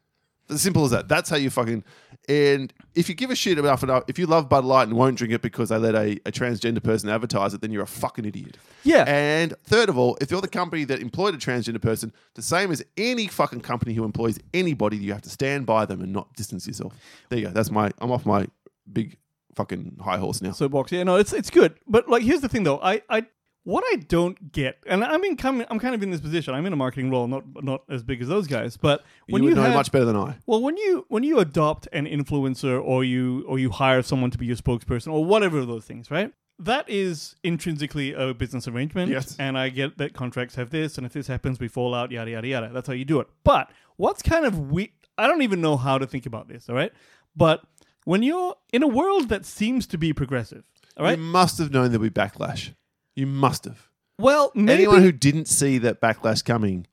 Speaker 2: As simple as that. That's how you fucking. And if you give a shit enough enough, if you love Bud Light and won't drink it because they let a, a transgender person advertise it, then you're a fucking idiot.
Speaker 1: Yeah.
Speaker 2: And third of all, if you're the company that employed a transgender person, the same as any fucking company who employs anybody, you have to stand by them and not distance yourself. There you go. That's my. I'm off my big fucking high horse now.
Speaker 1: soapbox. Yeah, no, it's it's good. But like, here's the thing though. I I what I don't get, and I mean, come, I'm kind of in this position. I'm in a marketing role, not not as big as those guys. But when
Speaker 2: you
Speaker 1: you,
Speaker 2: would know
Speaker 1: have,
Speaker 2: much better than I.
Speaker 1: well, when you when you adopt an influencer or you or you hire someone to be your spokesperson or whatever of those things, right? That is intrinsically a business arrangement.
Speaker 2: Yes.
Speaker 1: And I get that contracts have this, and if this happens, we fall out, yada yada yada. That's how you do it. But what's kind of we I don't even know how to think about this, all right? But when you're in a world that seems to be progressive, all right?
Speaker 2: You must have known there'd be backlash. You must have.
Speaker 1: Well, maybe
Speaker 2: Anyone who didn't see that backlash coming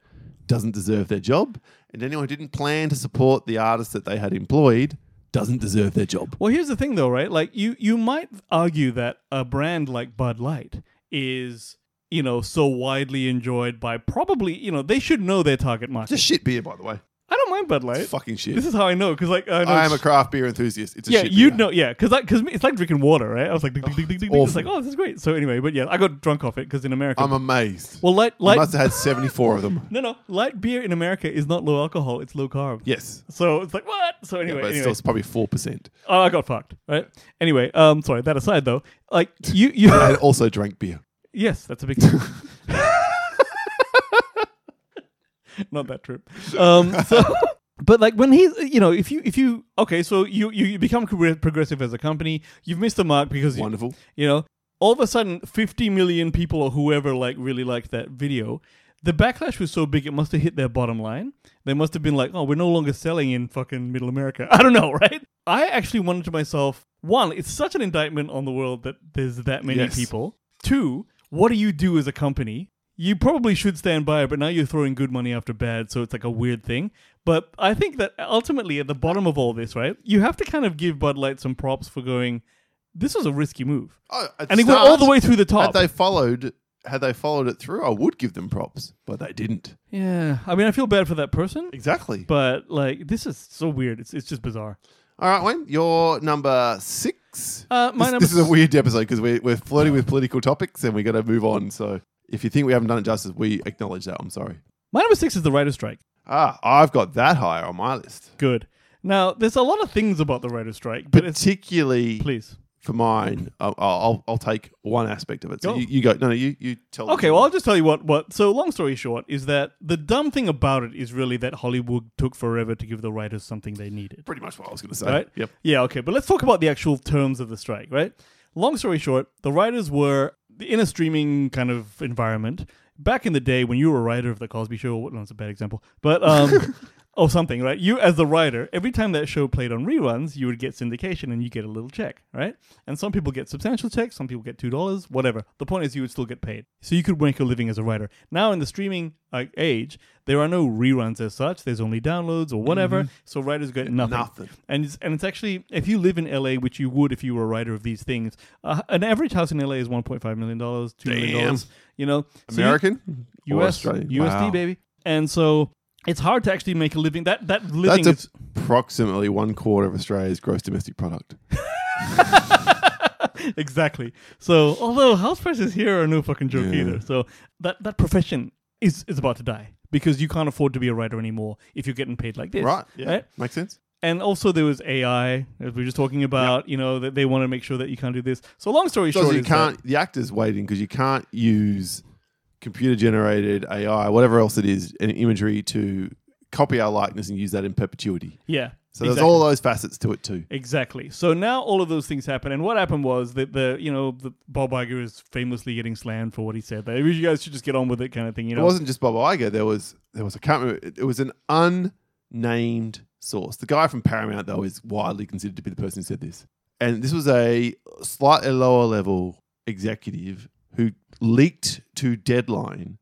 Speaker 2: doesn't deserve their job, and anyone who didn't plan to support the artist that they had employed doesn't deserve their job.
Speaker 1: Well, here's the thing, though, right? Like you, you might argue that a brand like Bud Light is, you know, so widely enjoyed by probably, you know, they should know their target market.
Speaker 2: It's a shit beer, by the way.
Speaker 1: I don't mind Bud Light.
Speaker 2: It's fucking shit.
Speaker 1: This is how I know because, like, I, know
Speaker 2: I am a
Speaker 1: it's-
Speaker 2: craft beer enthusiast. It's a
Speaker 1: yeah,
Speaker 2: shit
Speaker 1: you'd
Speaker 2: beer.
Speaker 1: know, yeah, because because it's like drinking water, right? I was like, ding, ding, ding, ding, ding, ding. it's
Speaker 2: awful.
Speaker 1: like, oh, this is great. So anyway, but yeah, I got drunk off it because in America,
Speaker 2: I'm amazed.
Speaker 1: well, light,
Speaker 2: I
Speaker 1: light,
Speaker 2: must have had 74 of them.
Speaker 1: no, no, light beer in America is not low alcohol; it's low carb.
Speaker 2: Yes.
Speaker 1: So it's like what? So
Speaker 2: Yeah,
Speaker 1: anyway,
Speaker 2: but
Speaker 1: anyway.
Speaker 2: still, it's probably 4%.
Speaker 1: Oh, I got fucked, right? Anyway, um, sorry. That aside, though, like you,
Speaker 2: [LAUGHS]
Speaker 1: you,
Speaker 2: And also drank beer.
Speaker 1: Yes, that's a big trip. [LAUGHS] Not that trip. Um, so, [LAUGHS] but like when he's, you know, if you, if you, okay, so you, you, you become career progressive as a company, you've missed the mark because, you,
Speaker 2: Wonderful.
Speaker 1: you know, all of a sudden 50 million people or whoever like really liked that video. The backlash was so big, it must have hit their bottom line. They must have been like, oh, we're no longer selling in fucking middle America. [LAUGHS] I don't know, right? I actually wondered to myself, one, it's such an indictment on the world that there's that many
Speaker 2: Yes.
Speaker 1: people. Two, what do you do as a company? You probably should stand by it, but now you're throwing good money after bad, so it's like a weird thing. But I think that ultimately, at the bottom of all this, right, you have to kind of give Bud Light some props for going, this was a risky move.
Speaker 2: Oh, at
Speaker 1: And he went all the way through the
Speaker 2: Had
Speaker 1: top.
Speaker 2: they followed, had they followed it through, I would give them props, but they didn't.
Speaker 1: yeah. I mean, I feel bad for that person,
Speaker 2: Exactly.
Speaker 1: but like, this is so weird. It's, it's just bizarre.
Speaker 2: All right, Wayne, your number six.
Speaker 1: Uh, my
Speaker 2: this,
Speaker 1: number [LAUGHS]
Speaker 2: this is a
Speaker 1: s-
Speaker 2: weird episode because we're, we're flirting with political topics and we got to move on. So if you think we haven't done it justice, we acknowledge that. I'm sorry.
Speaker 1: My number six is the writer's strike.
Speaker 2: Ah, I've got that higher on my list.
Speaker 1: Good. Now, there's a lot of things about the writer's strike, but it's.
Speaker 2: Particularly
Speaker 1: Please.
Speaker 2: for mine, I'll, I'll, I'll take one aspect of it. So
Speaker 1: Go.
Speaker 2: you, you go. No, no, you, you tell
Speaker 1: Okay, well, I'll just tell you what. What? So, long story short, is that the dumb thing about it is really that Hollywood took forever to give the writers something they needed.
Speaker 2: Pretty much what I was going to say.
Speaker 1: Right?
Speaker 2: Yep.
Speaker 1: Yeah. Okay, but let's talk about the actual terms of the strike. Right. Long story short, the writers were in a streaming kind of
Speaker 2: [LAUGHS]
Speaker 1: environment. Back in the day, when you were a writer of the Cosby Show, well, no, it's a bad example, but um, or something, right? You, as the writer, every time that show played on reruns, you would get syndication and you get a little check, right? And some people get substantial checks, some people get $2, whatever. The point is, you would still get paid. So you could make a living as a writer. Now, in the streaming like, age, there are no reruns as such, there's only downloads or whatever. So writers get nothing.
Speaker 2: Mm-hmm. Nothing.
Speaker 1: And it's, and it's actually, if you live in LA, which you would if you were a writer of these things, uh, an average house in LA is $1.5 million, $2 million.
Speaker 2: Damn.
Speaker 1: You know, So you-
Speaker 2: American? Or
Speaker 1: US,
Speaker 2: Australian?
Speaker 1: USD,
Speaker 2: Wow.
Speaker 1: baby. And so it's hard to actually make a living. That that living
Speaker 2: That's
Speaker 1: is
Speaker 2: approximately one quarter of Australia's gross domestic product.
Speaker 1: exactly. So although house prices here are no fucking joke
Speaker 2: Yeah.
Speaker 1: either, so that that profession is is about to die because you can't afford to be a writer anymore if you're getting paid like this,
Speaker 2: Right. Yeah.
Speaker 1: Right?
Speaker 2: Makes sense.
Speaker 1: And also there was AI as we were just talking about. You know that they want to make sure that you can't do this. So long story
Speaker 2: So
Speaker 1: short,
Speaker 2: you
Speaker 1: is that-
Speaker 2: can't, the actor's waiting because you can't use computer generated AI, whatever else it is, and imagery to copy our likeness and use that in perpetuity.
Speaker 1: yeah.
Speaker 2: So
Speaker 1: exactly.
Speaker 2: there's all those facets to it too.
Speaker 1: Exactly. So now all of those things happen, and what happened was that the you know the Bob Iger is famously getting slammed for what he said. That you guys should just get on with it, kind of thing. You know,
Speaker 2: It wasn't just Bob Iger. There was there was I can't remember. It, it was an unnamed source. The guy from Paramount though is widely considered to be the person who said this. And this was a slightly lower level executive who leaked to Deadline.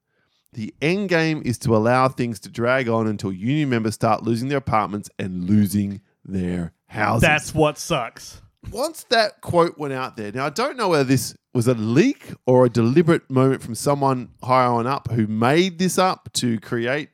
Speaker 2: The end game is to allow things to drag on until union members start losing their apartments and losing their houses.
Speaker 1: that's what sucks.
Speaker 2: Once that quote went out there, now I don't know whether this was a leak or a deliberate moment from someone higher on up who made this up to create,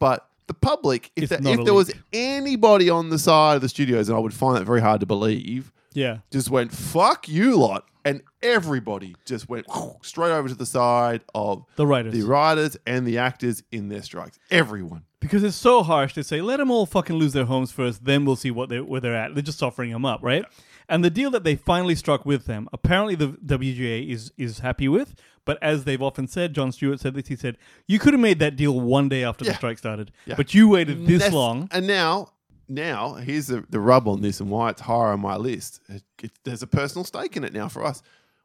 Speaker 2: but the public, if,
Speaker 1: It's
Speaker 2: that,
Speaker 1: not
Speaker 2: if
Speaker 1: a
Speaker 2: there was
Speaker 1: leak.
Speaker 2: anybody on the side of the studios, and I would find that very hard to believe,
Speaker 1: Yeah.
Speaker 2: just went, fuck you lot. And everybody just went straight over to the side of
Speaker 1: The writers.
Speaker 2: the writers and the actors in their strikes. Everyone.
Speaker 1: because it's so harsh to say let them all fucking lose their homes first then we'll see what they where they're at they're just offering them up right and the deal that they finally struck with them apparently the WGA is is happy with but as they've often said John Stewart said this he said you could have made that deal one day after the
Speaker 2: Yeah.
Speaker 1: strike started
Speaker 2: Yeah.
Speaker 1: but you waited this
Speaker 2: That's-
Speaker 1: long
Speaker 2: And now, now here's the, the rub on this and why it's higher on my list. It, it- there's a personal stake in it now for us.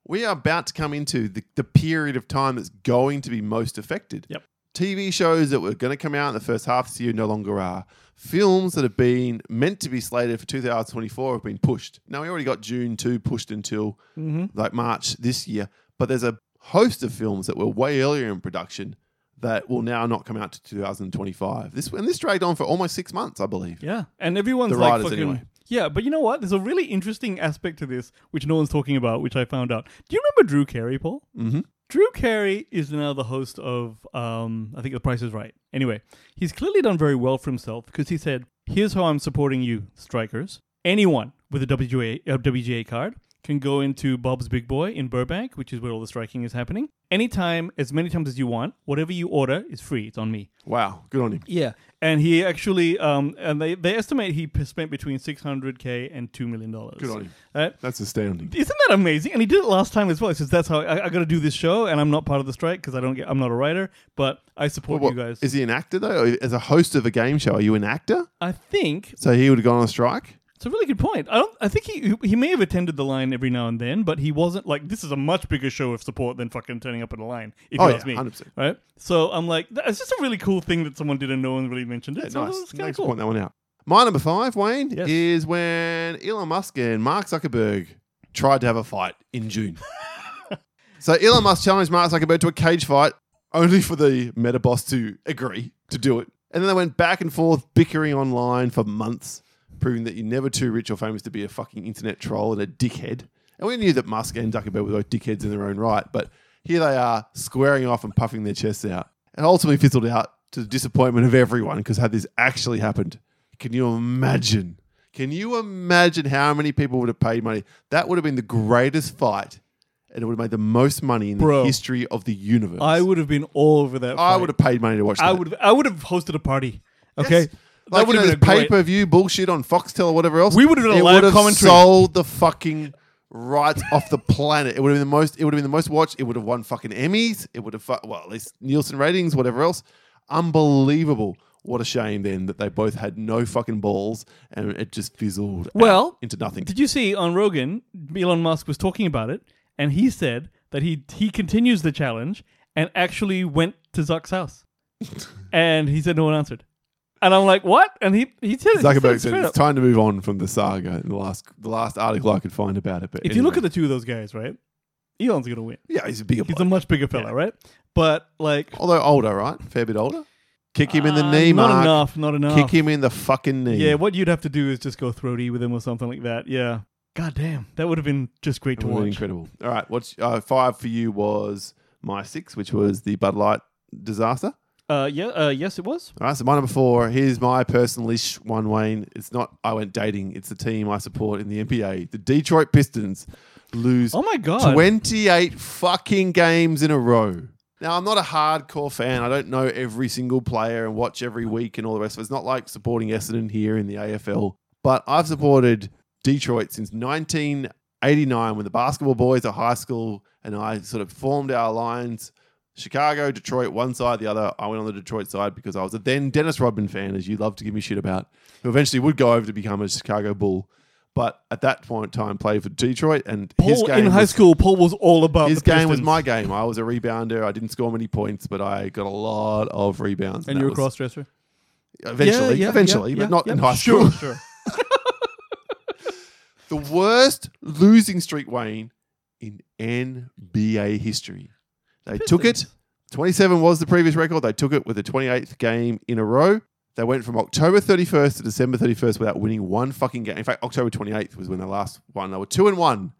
Speaker 2: We are about to come into the, the period of time that's going to be most affected.
Speaker 1: Yep.
Speaker 2: TV shows that were going to come out in the first half of this year no longer are. Films that have been meant to be slated for 2024 have been pushed. Now, we already got June 2 pushed until
Speaker 1: Mm-hmm.
Speaker 2: like March this year, but there's a host of films that were way earlier in production that will now not come out to 2025. This and this dragged on for almost six months, I believe.
Speaker 1: yeah and everyone's
Speaker 2: The
Speaker 1: like
Speaker 2: writers,
Speaker 1: fucking
Speaker 2: anyway.
Speaker 1: yeah but you know what there's a really interesting aspect to this which no one's talking about which I found out do you remember Drew Carey Paul
Speaker 2: Mm-hmm.
Speaker 1: Drew Carey is now the host of, um, I think The Price is Right. Anyway, he's clearly done very well for himself because he said, "Here's how I'm supporting you, strikers. Anyone with a WGA, uh, WGA card can go into Bob's Big Boy in Burbank, which is where all the striking is happening. Anytime, as many times as you want. Whatever you order is free. It's on me."
Speaker 2: Wow, good on him.
Speaker 1: Yeah, and he actually, um, and they, they estimate he p- spent between 600k and two million dollars.
Speaker 2: Good on him.
Speaker 1: Right?
Speaker 2: That's astounding.
Speaker 1: Isn't that amazing? And he did it last time as well. He says, "That's how I, I got to do this show, and I'm not part of the strike because I don't get. I'm not a writer, but I support
Speaker 2: What-
Speaker 1: you guys."
Speaker 2: Is he an actor though? As a host of a game show, are you an actor?
Speaker 1: I think
Speaker 2: So he would have gone on strike.
Speaker 1: it's a really good point. I don't. I think he he may have attended the line every now and then, but he wasn't like this is a much bigger show of support than fucking turning up at a line. If
Speaker 2: Oh,
Speaker 1: you
Speaker 2: yeah,
Speaker 1: ask me,
Speaker 2: 100%.
Speaker 1: right? So I'm like, "That- it's just a really cool thing that someone did and no one really mentioned it. so
Speaker 2: nice.
Speaker 1: It's kind
Speaker 2: Thanks
Speaker 1: of
Speaker 2: for
Speaker 1: cool.
Speaker 2: pointing that one out. My number five, Wayne,
Speaker 1: Yes.
Speaker 2: is when Elon Musk and Mark Zuckerberg tried to have a fight in
Speaker 1: [LAUGHS]
Speaker 2: June. so Elon Musk challenged Mark Zuckerberg to a cage fight, only for the meta boss to agree to do it. And then they went back and forth bickering online for months, proving that you're never too rich or famous to be a fucking internet troll and a dickhead. And we knew that Musk and Zuckerberg were both dickheads in their own right, but here they are squaring off and puffing their chests out. And ultimately fizzled out to the disappointment of everyone because had this actually happened, can you imagine? Can you imagine how many people would have paid money? That would have been the greatest fight and it would have made the most money in
Speaker 1: Bro.
Speaker 2: the history of the universe.
Speaker 1: I would have been all over that.
Speaker 2: I
Speaker 1: fight.
Speaker 2: would have paid money to watch that.
Speaker 1: I would. I would have hosted a party. Okay,
Speaker 2: Like,
Speaker 1: that would have been a
Speaker 2: pay
Speaker 1: great.
Speaker 2: per view bullshit on Foxtel or whatever else.
Speaker 1: We would have done a
Speaker 2: it
Speaker 1: live
Speaker 2: would have
Speaker 1: commentary.
Speaker 2: sold the fucking rights off the planet. It would have been the most. It would have been the most watched. It would have won fucking Emmys. It would have fu- well at least Nielsen ratings, whatever else. Unbelievable. What a shame then that they both had no fucking balls and it just fizzled out
Speaker 1: Well,
Speaker 2: into nothing.
Speaker 1: Did you see on Rogan, Elon Musk was talking about it, and he said that he he continues the
Speaker 2: [LAUGHS]
Speaker 1: challenge and actually went to Zuck's house, and he said no one answered, And I'm like, what? And he he said, it- he said
Speaker 2: Zuckerberg
Speaker 1: it
Speaker 2: said
Speaker 1: straight
Speaker 2: it's
Speaker 1: up.
Speaker 2: time to move on from the saga. The last, the last article I could find about it. But
Speaker 1: If you look at the two of those guys, right? Elon's gonna win.
Speaker 2: yeah, he's a bigger
Speaker 1: He's
Speaker 2: bloke.
Speaker 1: a much bigger fella, right? But like,
Speaker 2: although older, right? Fair bit older. Kick him in the
Speaker 1: uh,
Speaker 2: knee,
Speaker 1: Not
Speaker 2: Mark.
Speaker 1: enough. Not enough.
Speaker 2: Kick him in the fucking knee.
Speaker 1: Yeah, what you'd have to do is just go throaty with him or something like that. Yeah. God damn, that would have been just great to
Speaker 2: Would've been
Speaker 1: watch.
Speaker 2: incredible. All right, what's uh, five for you was my six, which was the Bud Light disaster.
Speaker 1: Uh, yeah, uh, yes, it was.
Speaker 2: All right, so my number four. Here's my personalish one, Wayne. It's not I went dating. It's the team I support in the NBA. The Detroit Pistons lose
Speaker 1: Oh my god.
Speaker 2: 28 fucking games in a row. Now, I'm not a hardcore fan. I don't know every single player and watch every week and all the rest of it. It's not like supporting Essendon here in the AFL, but I've supported Detroit since 1989 when the basketball boys at high school and I sort of formed our lines. Chicago, Detroit, one side, the other. I went on the Detroit side because I was a then Dennis Rodman fan, as you love to give me shit about, who eventually would go over to become a Chicago Bull. But at that point in time, played for Detroit, and his
Speaker 1: Paul
Speaker 2: game
Speaker 1: in high
Speaker 2: was-
Speaker 1: school, Paul was all about
Speaker 2: his
Speaker 1: Oh, the
Speaker 2: game was
Speaker 1: Pistons.
Speaker 2: my game. I was a rebounder. I didn't score many points, but I got a lot of rebounds.
Speaker 1: and
Speaker 2: that
Speaker 1: you're a
Speaker 2: was-
Speaker 1: cross dresser.
Speaker 2: [LAUGHS] Eventually, eventually, but not in high school.
Speaker 1: Sure, sure.
Speaker 2: The worst losing streak, Wayne, in NBA history. [LAUGHS] They took it. 27 was the previous record. They took it with the 28th game in a row. They went from October 31st to December 31st without winning one fucking game. In fact, October 28th was when they last won. They were 2 and 1.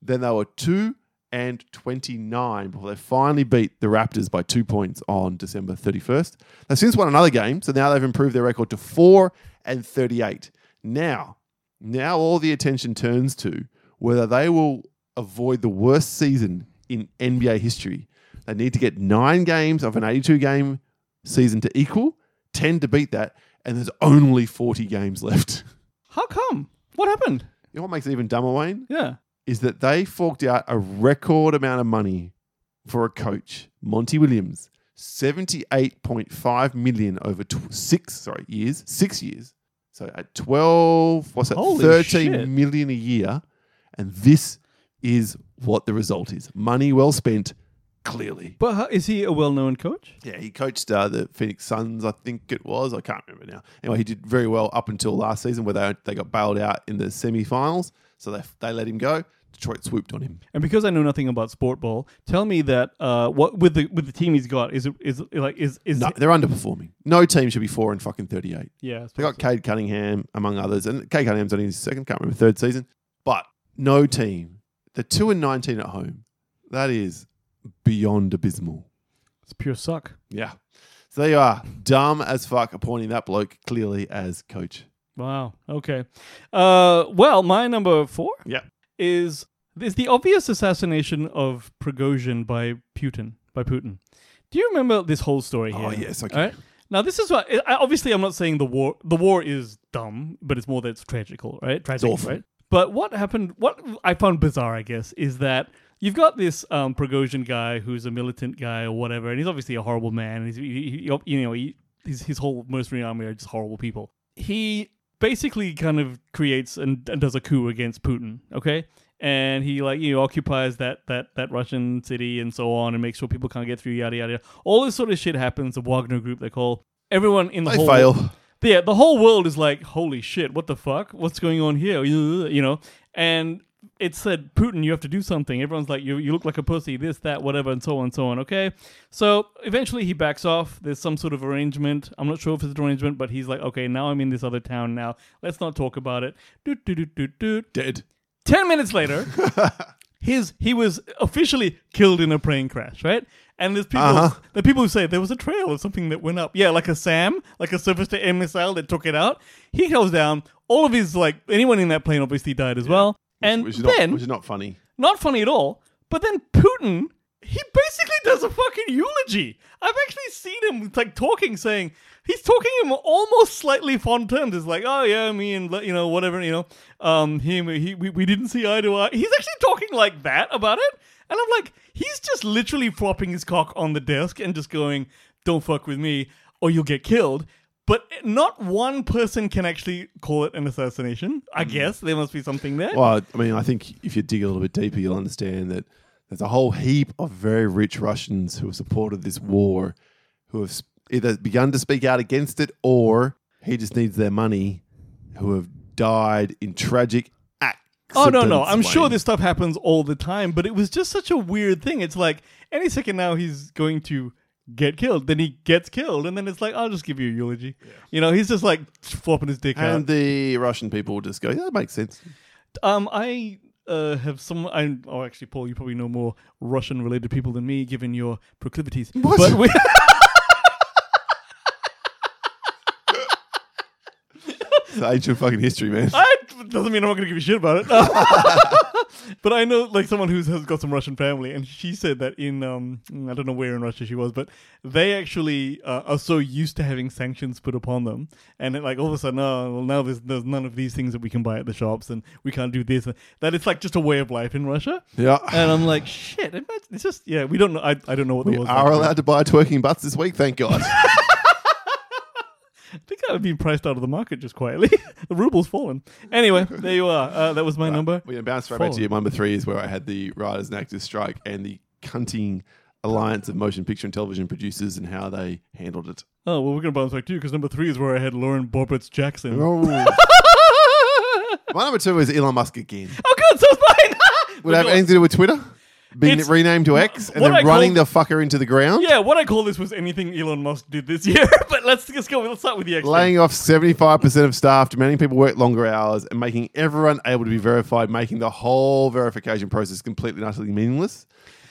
Speaker 2: Then they were 2 and 29 before they finally beat the Raptors by 2 points on December 31st. They've since won another game, so now they've improved their record to 4 and 38. Now, now all the attention turns to whether they will avoid the worst season in NBA history. They need to get nine games of an 82 game season to equal, 10 to beat that, and there's only 40 games left. [LAUGHS]
Speaker 1: How come? What happened?
Speaker 2: You know what makes it even dumber, Wayne?
Speaker 1: Yeah.
Speaker 2: Is that they forked out a record amount of money for a coach, Monty Williams, 78.5 million over tw- six, sorry, years, six years. So at 12, what's that,
Speaker 1: Holy
Speaker 2: Thirteen million
Speaker 1: shit.
Speaker 2: a year. And this is what the result is money well spent, clearly.
Speaker 1: But how, is he a well-known coach?
Speaker 2: Yeah, he coached uh, the Phoenix Suns, I think it was. I can't remember now. Anyway, he did very well up until last season where they, they got bailed out in the semifinals. So they, they let him go. Detroit swooped on him.
Speaker 1: And because I know nothing about sport ball, tell me that uh, what with the with the team he's got is it is it like is is
Speaker 2: No, they're underperforming. No team should be four and fucking 38.
Speaker 1: yeah. it's
Speaker 2: They got Cade Cunningham, among others. And Cade Cunningham's only his second, can't remember, third season. But no team. The 2 and 19 at home. That is beyond abysmal.
Speaker 1: it's pure suck.
Speaker 2: Yeah. So there you are. Dumb as fuck appointing that bloke clearly as coach.
Speaker 1: Wow. Okay. Uh, well, my number four.
Speaker 2: Yeah.
Speaker 1: Is is the obvious assassination of Prigozhin by Putin by Putin? Do you remember this whole story here?
Speaker 2: Oh, yes, okay.
Speaker 1: All right. Now this is what I- I, obviously I'm not saying the war the war is dumb, but it's more that it's tragical, right? Tragic,
Speaker 2: awful.
Speaker 1: right? But what happened? What I found bizarre, I guess, is that you've got this um, Prigozhin guy who's a militant guy or whatever, and he's obviously a horrible man. And he's he, he- you know he, his his whole mercenary army are just horrible people. He basically kind of creates and, and does a coup against Putin. Okay. And he like you know occupies that that that Russian city and so on, and makes sure people can't get through. Yada yada. yada. All this sort of shit happens. The Wagner Group they call everyone in the
Speaker 2: They
Speaker 1: whole
Speaker 2: fail.
Speaker 1: yeah, the whole world is like, holy shit, what the fuck? What's going on here? [LAUGHS] You know? And it said, Putin, you have to do something. Everyone's like, you, you look like a pussy, this, that, whatever, and so on, so on, okay? So eventually he backs off. There's some sort of arrangement. I'm not sure if it's an arrangement, but he's like, okay, now I'm in this other town now. Let's not talk about it. Doot, doot, doot, doot, doot.
Speaker 2: Dead.
Speaker 1: Ten minutes
Speaker 2: [LAUGHS]
Speaker 1: later, his he was officially killed in a plane crash, right? And there's people,
Speaker 2: Uh-huh.
Speaker 1: the people who say there was a trail of something that went up, yeah, like a SAM, like a surface-to-air missile that took it out. He goes down. All of his like anyone in that plane obviously died as well. And
Speaker 2: which is
Speaker 1: then,
Speaker 2: not, which is not funny.
Speaker 1: not funny at all. But then Putin, he basically does a fucking eulogy. I've actually seen him like talking, saying he's talking in almost slightly fond terms. It's like, oh yeah, me and you know whatever, you know, um, him, he, we, we didn't see eye to eye. He's actually talking like that about it, and I'm like, he's just literally flopping his cock on the desk and just going, don't fuck with me or you'll get killed. But not one person can actually call it an assassination. I guess there must be something there.
Speaker 2: Well, I mean, I think if you dig a little bit deeper, you'll understand that there's a whole heap of very rich Russians who have supported this war, who have s- either begun to speak out against it or he just needs their money who have died in tragic accidents.
Speaker 1: Oh no, no! I'm sure
Speaker 2: Wayne.
Speaker 1: this stuff happens all the time, but it was just such a weird thing. It's like any second now he's going to get killed. Then he gets killed, and then it's like I'll just give you a eulogy. You know, he's just like flopping his dick out.
Speaker 2: And the Russian people just go, yeah, that makes sense.
Speaker 1: Um, I uh, have some. I, oh, actually, Paul, you probably know more Russian-related people than me, given your proclivities.
Speaker 2: What?
Speaker 1: But
Speaker 2: [LAUGHS]
Speaker 1: we-
Speaker 2: It's the ancient fucking history, man.
Speaker 1: I, [LAUGHS] doesn't mean I'm not going to give a shit about it. [LAUGHS] but I know like someone who has got some Russian family, and she said that in um I don't know where in Russia she was, but they actually uh, are so used to having sanctions put upon them, and it, like all of a sudden, oh well, now there's, there's none of these things that we can buy at the shops, and we can't do this. That it's like just a way of life in Russia.
Speaker 2: Yeah.
Speaker 1: And I'm like, shit, imagine, it's just yeah, we don't know. I, I don't know what
Speaker 2: we
Speaker 1: the world's
Speaker 2: are
Speaker 1: like. [LAUGHS]
Speaker 2: allowed to buy twerking butts this week, thank God.
Speaker 1: I think I've been priced out of the market just quietly. [LAUGHS] the ruble's fallen. Anyway, there you are. Uh, that was my number.
Speaker 2: we bounce right back
Speaker 1: Four.
Speaker 2: to you. My Number three is where I had the writers and actors strike and the cunting alliance of motion picture and television producers and how they handled it.
Speaker 1: Oh well, we're gonna bounce back to you because number three is where I had Lauren Boberts Jackson. [LAUGHS] Oh,
Speaker 2: My number two is Elon
Speaker 1: [LAUGHS]
Speaker 2: Musk again.
Speaker 1: good, Oh, so it's mine.
Speaker 2: [LAUGHS] Would it have
Speaker 1: Look,
Speaker 2: anything to do with Twitter? Being
Speaker 1: It's-
Speaker 2: renamed to X and
Speaker 1: what
Speaker 2: then
Speaker 1: I
Speaker 2: running
Speaker 1: call-
Speaker 2: the fucker into the ground?
Speaker 1: yeah, what I call this was anything Elon Musk did this [LAUGHS] year. but let's just go. Let's start with the X.
Speaker 2: Laying off 75% of staff, demanding people work longer hours, and making everyone able to be verified, making the whole verification process completely and utterly meaningless.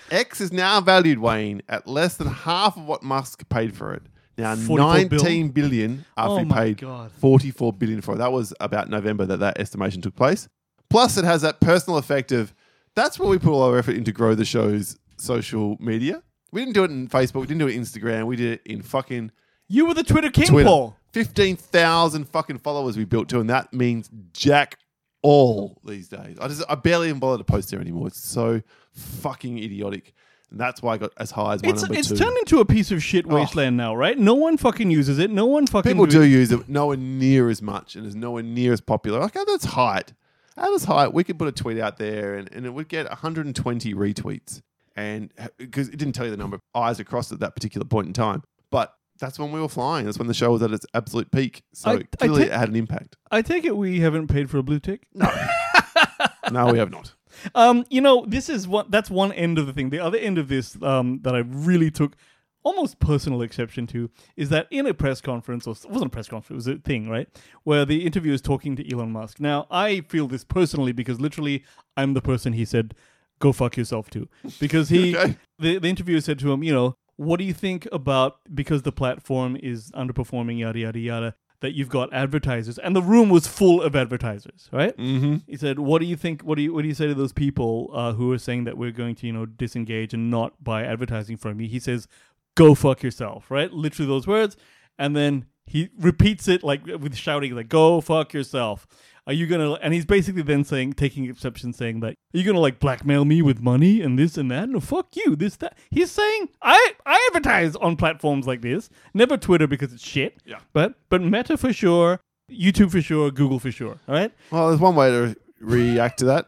Speaker 2: X is now valued, Wayne, at less than half of what Musk paid for it. Now,
Speaker 1: 44
Speaker 2: nineteen
Speaker 1: bill.
Speaker 2: billion after
Speaker 1: Oh
Speaker 2: he
Speaker 1: my
Speaker 2: paid
Speaker 1: God.
Speaker 2: 44 billion for it. That was about November that that estimation took place. Plus, it has that personal effect of that's where we put all our effort into grow the show's social media. We didn't do it in Facebook. We didn't do it in Instagram. We did it in fucking
Speaker 1: You were the Twitter king,
Speaker 2: Twitter.
Speaker 1: Paul.
Speaker 2: 15,000 fucking followers we built to, and that means jack all these days. I just I barely even bother to post there anymore. It's so fucking idiotic. And that's why I got as high as my
Speaker 1: It's
Speaker 2: number
Speaker 1: it's
Speaker 2: two. Oh.
Speaker 1: turned into a piece of shit wasteland now, right? No one fucking uses it. No one fucking
Speaker 2: People
Speaker 1: re-
Speaker 2: do use it, nowhere near as much, and it's nowhere near as popular. Like, at its height, at its height, we could put a tweet out there and, and it would get 120 retweets. And because it didn't tell you the number of eyes across at that particular point in time. But that's when we were flying. That's when the show was at its absolute peak. So
Speaker 1: I-
Speaker 2: it
Speaker 1: I
Speaker 2: clearly
Speaker 1: take-
Speaker 2: it had an impact.
Speaker 1: I take it we haven't paid for a blue tick.
Speaker 2: No, we have not.
Speaker 1: Um, you know, this is what that's one end of the thing. The other end of this um, that I really took almost personal exception to is that in a press conference, or it wasn't a press conference, it was a thing, right? Where the interviewer is talking to Elon Musk. Now, I feel this personally because literally I'm the person he said, go fuck yourself to. Because he,
Speaker 2: Okay.
Speaker 1: the, the interviewer said to him, you know, what do you think about because the platform is underperforming, yada, yada, yada, that you've got advertisers? And the room was full of advertisers, right? He said, "What do you think? What do you what do you say to those people uh, who are saying that we're going to you know disengage and not buy advertising from you?" He says, "Go fuck yourself," right? Literally those words, and then he repeats it like with shouting like "Go fuck yourself." Are you gonna? And he's basically then saying, taking exception, saying that are you gonna like blackmail me with money and this and that? No, fuck you. This that. He's saying I I advertise on platforms like this, never Twitter because it's shit.
Speaker 2: Yeah.
Speaker 1: But but Meta for sure, YouTube for sure, Google for sure. All right.
Speaker 2: Well, there's one way to react to that.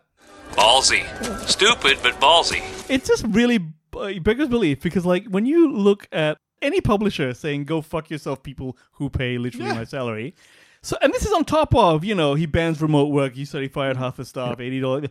Speaker 5: Ballsy. Stupid, but ballsy.
Speaker 1: it's just really uh, beggars belief because like when you look at any publisher saying go fuck yourself people who pay literally my salary so and this is on top of you know he bans remote work he said he fired half the staff $80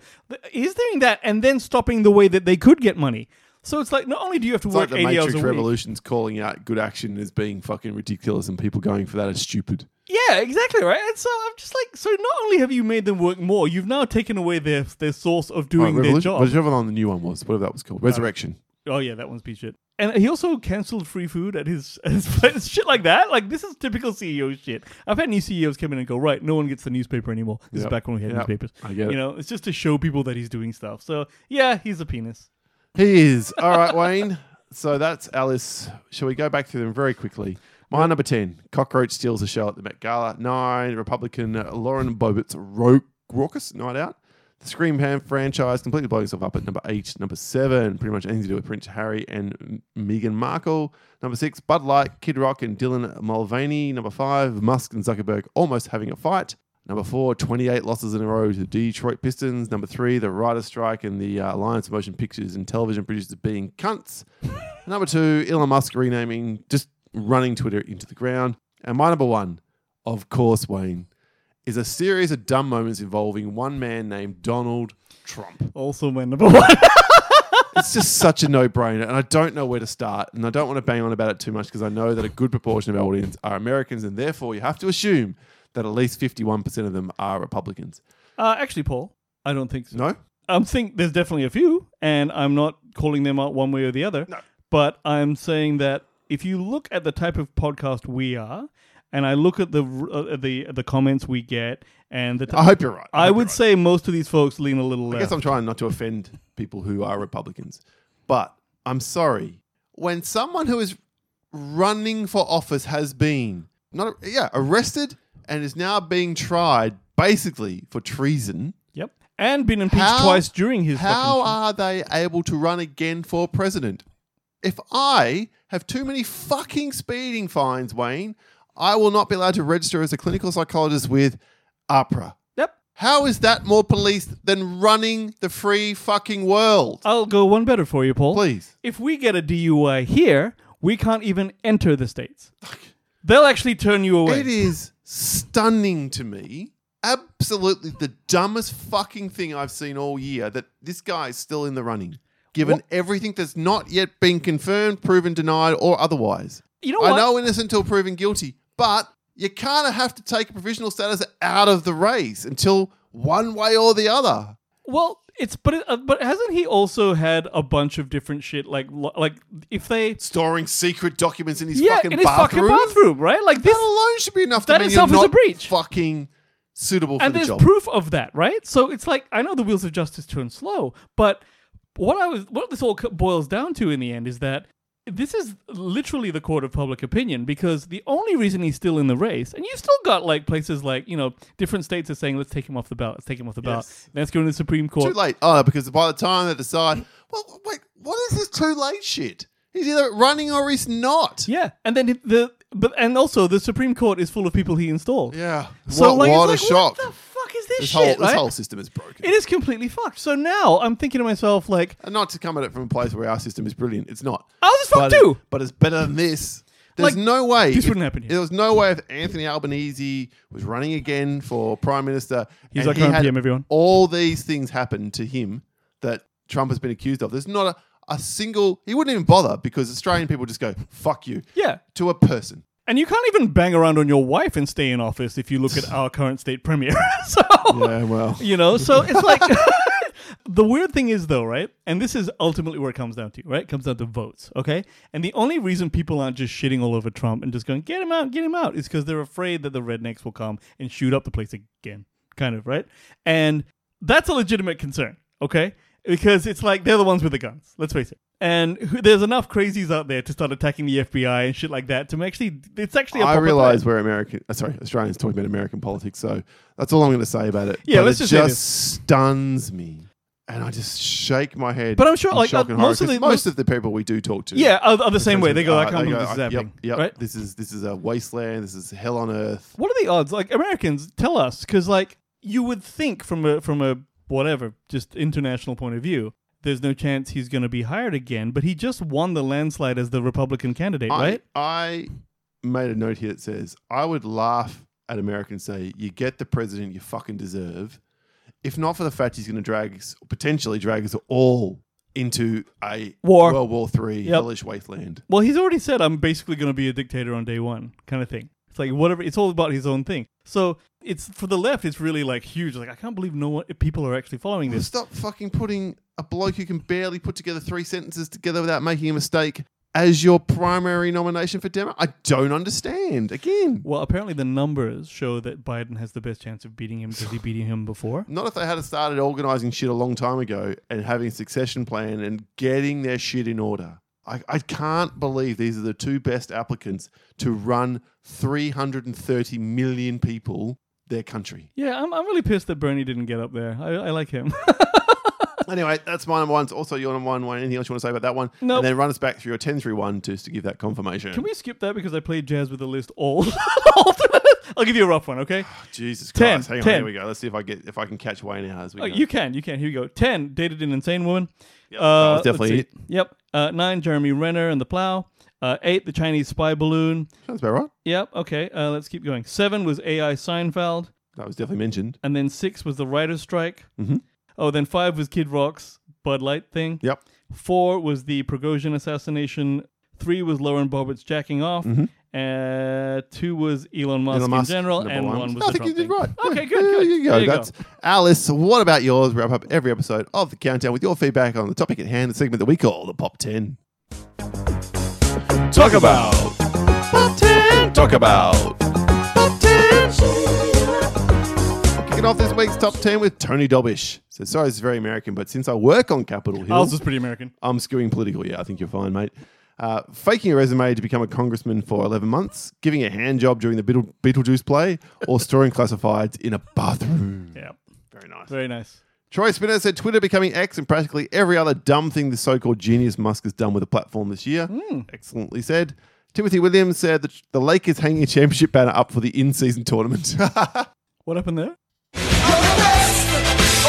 Speaker 1: he's doing that and then stopping the way that they could get money so it's like not only do you have to
Speaker 2: It's like
Speaker 1: work 80
Speaker 2: the
Speaker 1: hours
Speaker 2: Matrix
Speaker 1: a week
Speaker 2: Revolution's calling out good action as being fucking ridiculous, and people going for that as stupid.
Speaker 1: Yeah, exactly right. And so I'm just like, so not only have you made them work more, you've now taken away their their source of doing their
Speaker 2: Right, Revolution-
Speaker 1: job.
Speaker 2: Whatever one the new one was, whatever that was called, Resurrection.
Speaker 1: Oh yeah, that one's piece of shit. And he also cancelled free food at his, [LAUGHS] at his place. shit like that. Like this is typical CEO shit. I've had new CEOs come in and go, right, no one gets the newspaper anymore. This
Speaker 2: Yep.
Speaker 1: is back when we had
Speaker 2: Yep.
Speaker 1: newspapers.
Speaker 2: I get
Speaker 1: you
Speaker 2: it.
Speaker 1: know, it's just to show people that he's doing stuff. So yeah, he's a penis.
Speaker 2: He is all right, Wayne. So that's Alice. Shall we go back through them very quickly? My number ten: Cockroach steals a show at the Met Gala. Nine: Republican uh, Lauren Bobert's ro- raucous night out. The Scream Ham franchise completely blowing itself up at number eight. Number seven: pretty much anything to do with Prince Harry and M- Meghan Markle. Number six: Bud Light, Kid Rock, and Dylan Mulvaney. Number five: Musk and Zuckerberg almost having a fight. Number four, 28 losses in a row to the Detroit Pistons. Number three, the writer's strike and the uh, Alliance of Motion Pictures and Television Producers being cunts. Number two, Elon Musk renaming just running Twitter into the ground. And my number one, of course, Wayne, is a series of dumb moments involving one man named Donald Trump.
Speaker 1: Also, my number [LAUGHS] one.
Speaker 2: It's just such a no brainer. And I don't know where to start. And I don't want to bang on about it too much because I know that a good proportion of our audience are Americans. And therefore, you have to assume that at least 51% of them are Republicans.
Speaker 1: Uh, actually, Paul, I don't think so.
Speaker 2: No?
Speaker 1: I'm think there's definitely a few, and I'm not calling them out one way or the other. No. But I'm saying that if you look at the type of podcast we are, and I look at the uh, the the comments we get, and the t-
Speaker 2: I hope you're right.
Speaker 1: I
Speaker 2: hope
Speaker 1: would say most of these folks lean a little
Speaker 2: I guess
Speaker 1: left.
Speaker 2: I'm trying not to offend people who are Republicans, but I'm sorry. When someone who is running for office has been not yeah arrested and is now being tried basically for treason,
Speaker 1: Yep. And been impeached twice during his fucking-
Speaker 2: how are they able to run again for president? If I have too many fucking speeding fines, Wayne, I will not be allowed to register as a clinical psychologist with APRA.
Speaker 1: Yep.
Speaker 2: How is that more police than running the free fucking world?
Speaker 1: I'll go one better for you, Paul.
Speaker 2: Please.
Speaker 1: If we get a DUI here, we can't even enter the
Speaker 2: [LAUGHS]
Speaker 1: states. They'll actually turn you away.
Speaker 2: It is stunning to me. Absolutely the dumbest fucking thing I've seen all year that this guy is still in the running, given everything that's not yet been confirmed, proven, denied, or otherwise.
Speaker 1: You know
Speaker 2: I
Speaker 1: what?
Speaker 2: know innocent until proven guilty, but you kind of have to take provisional status out of the race until one way or the other.
Speaker 1: Well, it's but it, uh, but hasn't he also had a bunch of different shit like lo- like if they
Speaker 2: Storing secret documents in his
Speaker 1: yeah
Speaker 2: fucking
Speaker 1: in his
Speaker 2: bathroom.
Speaker 1: fucking bathroom right like this
Speaker 2: That alone should be enough to
Speaker 1: That
Speaker 2: mean
Speaker 1: itself
Speaker 2: you're
Speaker 1: is a
Speaker 2: not
Speaker 1: breach.
Speaker 2: fucking suitable for
Speaker 1: and
Speaker 2: the
Speaker 1: there's
Speaker 2: job.
Speaker 1: proof of that right so it's like I know the wheels of justice turn slow but what I was what this all co- boils down to in the end is that this is literally the court of public opinion because the only reason he's still in the race and you still got like places like you know different states are saying let's take him off the ballot let's take him off the ballot
Speaker 2: Yes.
Speaker 1: let's go to the Supreme Court
Speaker 2: Too late. Oh, because by the time they decide, well, wait, what is this too late shit? He's either running or he's not.
Speaker 1: yeah and then the but and also the Supreme Court is full of people he installed
Speaker 2: Yeah.
Speaker 1: So
Speaker 2: what
Speaker 1: like,
Speaker 2: what
Speaker 1: it's
Speaker 2: a
Speaker 1: like,
Speaker 2: shock.
Speaker 1: What the fuck is this,
Speaker 2: this,
Speaker 1: shit?
Speaker 2: whole, this
Speaker 1: right?
Speaker 2: whole system is broken.
Speaker 1: it is completely fucked. So now I'm thinking to myself, like,
Speaker 2: And not to come at it from a place where our system is brilliant. It's not.
Speaker 1: Ours is fucked
Speaker 2: But it-
Speaker 1: too.
Speaker 2: but it's better than this. There's
Speaker 1: Like,
Speaker 2: no way.
Speaker 1: this
Speaker 2: if-
Speaker 1: wouldn't happen here.
Speaker 2: There was no way if Anthony Albanese was running again for Prime Minister.
Speaker 1: He's
Speaker 2: and
Speaker 1: like
Speaker 2: he
Speaker 1: our
Speaker 2: had
Speaker 1: PM, everyone.
Speaker 2: All these things happened to him that Trump has been accused of. There's not a, a single. He wouldn't even bother because Australian people just go, fuck you.
Speaker 1: yeah,
Speaker 2: To
Speaker 1: [LAUGHS]
Speaker 2: a person.
Speaker 1: and you can't even bang around on your wife and stay in office if you look at our current state premier. [LAUGHS] so
Speaker 2: Yeah, well.
Speaker 1: you know, so it's like. [LAUGHS] The weird thing is, though, right? And this is ultimately where it comes down to, right? It comes down to votes, okay? And the only reason people aren't just shitting all over Trump and just going, get him out, get him out, is because they're afraid that the rednecks will come and shoot up the place again, kind of, right? And that's a legitimate concern, okay? Because it's like they're the ones with the guns, let's face it. And who, there's enough crazies out there to start attacking the FBI and shit like that to actually, it's actually a
Speaker 2: I
Speaker 1: proper
Speaker 2: realize
Speaker 1: threat.
Speaker 2: we're American. uh, sorry, Australians talking about American politics. So that's all I'm going to say about it.
Speaker 1: Yeah,
Speaker 2: But
Speaker 1: let's
Speaker 2: it
Speaker 1: just say this.
Speaker 2: stuns me, and I just shake my head.
Speaker 1: But I'm sure,
Speaker 2: in
Speaker 1: like,
Speaker 2: shock
Speaker 1: uh,
Speaker 2: and horror,
Speaker 1: most of
Speaker 2: 'cause
Speaker 1: the- most-
Speaker 2: most of the people we do talk to,
Speaker 1: Yeah, are, are the same way. They go,
Speaker 2: uh,
Speaker 1: I can't believe
Speaker 2: go,
Speaker 1: this is
Speaker 2: uh, yep,
Speaker 1: happening.
Speaker 2: Yep,
Speaker 1: Right?
Speaker 2: This is this is a wasteland. This is hell on earth.
Speaker 1: What are the odds? Like Americans, tell us, because like you would think from a from a whatever just international point of view, there's no chance he's going to be hired again. But he just won the landslide as the Republican candidate, right?
Speaker 2: I, I made a note here that says I would laugh at Americans say you get the president you fucking deserve, if not for the fact he's going to drag us, potentially drag us all into a
Speaker 1: War.
Speaker 2: World War Three
Speaker 1: Yep.
Speaker 2: hellish wasteland.
Speaker 1: Well, he's already said I'm basically going to be a dictator on day one, kind of thing. It's like whatever. It's all about his own thing. So it's for the left. It's really like huge. Like I can't believe no one, people are actually following this.
Speaker 2: Stop fucking putting a bloke who can barely put together three sentences together without making a mistake as your primary nomination for Demo. I don't understand. Again,
Speaker 1: Well, apparently the numbers show that Biden has the best chance of beating him because [SIGHS] he beating him before.
Speaker 2: not if they had started organizing shit a long time ago and having a succession plan and getting their shit in order. I, I can't believe these are the two best applicants to run 330 million people their country.
Speaker 1: Yeah, I'm, I'm really pissed that Bernie didn't get up there. I, I like him.
Speaker 2: Anyway, that's my number one. It's also your number one. Wayne. Anything else you want to say about that one?
Speaker 1: Nope.
Speaker 2: And then run us back through your 10 through 1 just to give that confirmation. [LAUGHS]
Speaker 1: Can we skip that because I played jazz with the list all? all through it? I [LAUGHS] I'll give you a rough one, okay?
Speaker 2: Oh, Jesus
Speaker 1: Ten,
Speaker 2: Christ. Hang on,
Speaker 1: ten.
Speaker 2: here we go. Let's see if I get if I can catch Wayne out as we
Speaker 1: Oh,
Speaker 2: go.
Speaker 1: you can, you can. Here we go. Ten, dated an insane woman. Yep,
Speaker 2: was definitely it.
Speaker 1: Yep. Uh, nine, Jeremy Renner and the Plow. Uh, eight, the Chinese spy balloon.
Speaker 2: Sounds about right.
Speaker 1: Yep. Okay. Uh, let's keep going. Seven was AI Seinfeld,
Speaker 2: That was definitely mentioned.
Speaker 1: and then six was the writer's strike.
Speaker 2: Mhm.
Speaker 1: Oh, then five was Kid Rock's Bud Light thing.
Speaker 2: Yep.
Speaker 1: Four was the Prigozhin assassination. Three was Lauren Bobbitt's jacking off. Uh, two was Elon Musk,
Speaker 2: Elon Musk,
Speaker 1: in general,
Speaker 2: number
Speaker 1: and one, was
Speaker 2: I
Speaker 1: the
Speaker 2: think you
Speaker 1: Trump
Speaker 2: did
Speaker 1: thing.
Speaker 2: right.
Speaker 1: Okay,
Speaker 2: Yeah,
Speaker 1: good,
Speaker 2: yeah,
Speaker 1: good.
Speaker 2: There you go.
Speaker 1: There you go.
Speaker 2: That's Alice. What about yours? Wrap up every episode of the Countdown with your feedback on the topic at hand, the segment that we call the Pop Ten. Talk about Pop Ten. Talk about Pop Ten. Kicking off this week's top ten with Tony Dobish. So sorry, it's very American, but since I work on Capitol Hill,
Speaker 1: Ours was pretty American.
Speaker 2: I'm skewing political. Yeah, I think you're fine, mate. Uh, faking a resume to become a congressman for 11 months, giving a hand job during the Beetle- Beetlejuice play, or storing classifieds in a bathroom.
Speaker 1: Yeah.
Speaker 2: Very nice.
Speaker 1: Very nice.
Speaker 2: Troy Spinner said Twitter becoming X and practically every other dumb thing the so called genius Musk has done with the platform this year. Excellently said. Timothy Williams said that the Lakers hanging a championship banner up for the in season tournament.
Speaker 1: What happened there?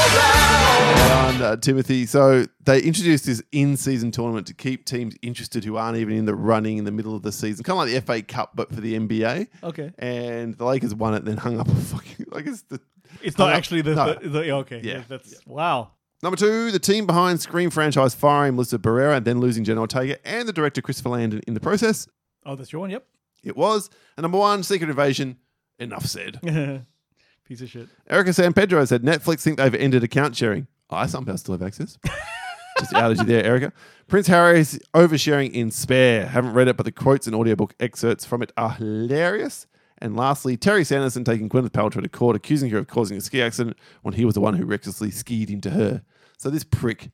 Speaker 2: on, uh, Timothy. So they introduced this in-season tournament to keep teams interested who aren't even in the running in the middle of the season, kind of like the FA Cup, but for the NBA.
Speaker 1: Okay.
Speaker 2: And the Lakers won it, then hung up a fucking [LAUGHS] like it's the
Speaker 1: It's not
Speaker 2: No,
Speaker 1: actually the,
Speaker 2: no.
Speaker 1: the, the- okay.
Speaker 2: Yeah.
Speaker 1: Yeah, that's wow.
Speaker 2: number two. The team behind Scream franchise firing Melissa Barrera and then losing Jenna Ortega and the director Christopher Landon in the process.
Speaker 1: Oh, that's your one. Yep.
Speaker 2: It was and number one. Secret Invasion. Enough said.
Speaker 1: [LAUGHS] Piece of shit.
Speaker 2: Erica San Pedro said Netflix think they've ended account sharing. I somehow still have access. Just outed you there, Erica. Prince Harry's oversharing in Spare. Haven't read it, but the quotes and audiobook excerpts from it are hilarious. And lastly, Terry Sanderson taking Gwyneth Paltrow to court, accusing her of causing a ski accident when he was the one who recklessly skied into her. So this prick,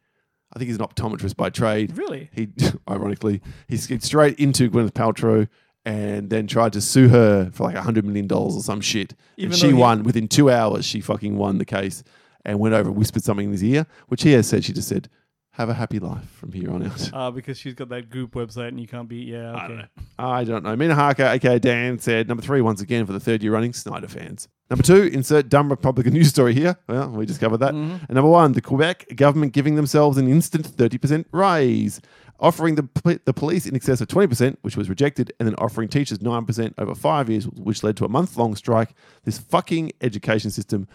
Speaker 2: I think he's an optometrist by trade.
Speaker 1: Really?
Speaker 2: He, [LAUGHS] ironically, he skied straight into Gwyneth Paltrow and then tried to sue her for like $100 million or some shit.
Speaker 1: Even
Speaker 2: and she
Speaker 1: though he-
Speaker 2: won won. within two hours. She fucking won the case and went over and whispered something in his ear, which he has said. She just said, "Have a happy life from here on out."
Speaker 1: Uh, because she's got that goop website and you can't be. Yeah. Okay.
Speaker 2: I don't know. Mina Harker, aka Dan, said number three once again for the third year running. Snyder fans. Number two, insert dumb Republican [LAUGHS] news story here. Well, we just covered that. And number one, the Quebec government giving themselves an instant thirty percent raise, offering the pl- the police in excess of twenty percent, which was rejected, and then offering teachers nine percent over five years, which led to a month long strike. This fucking education system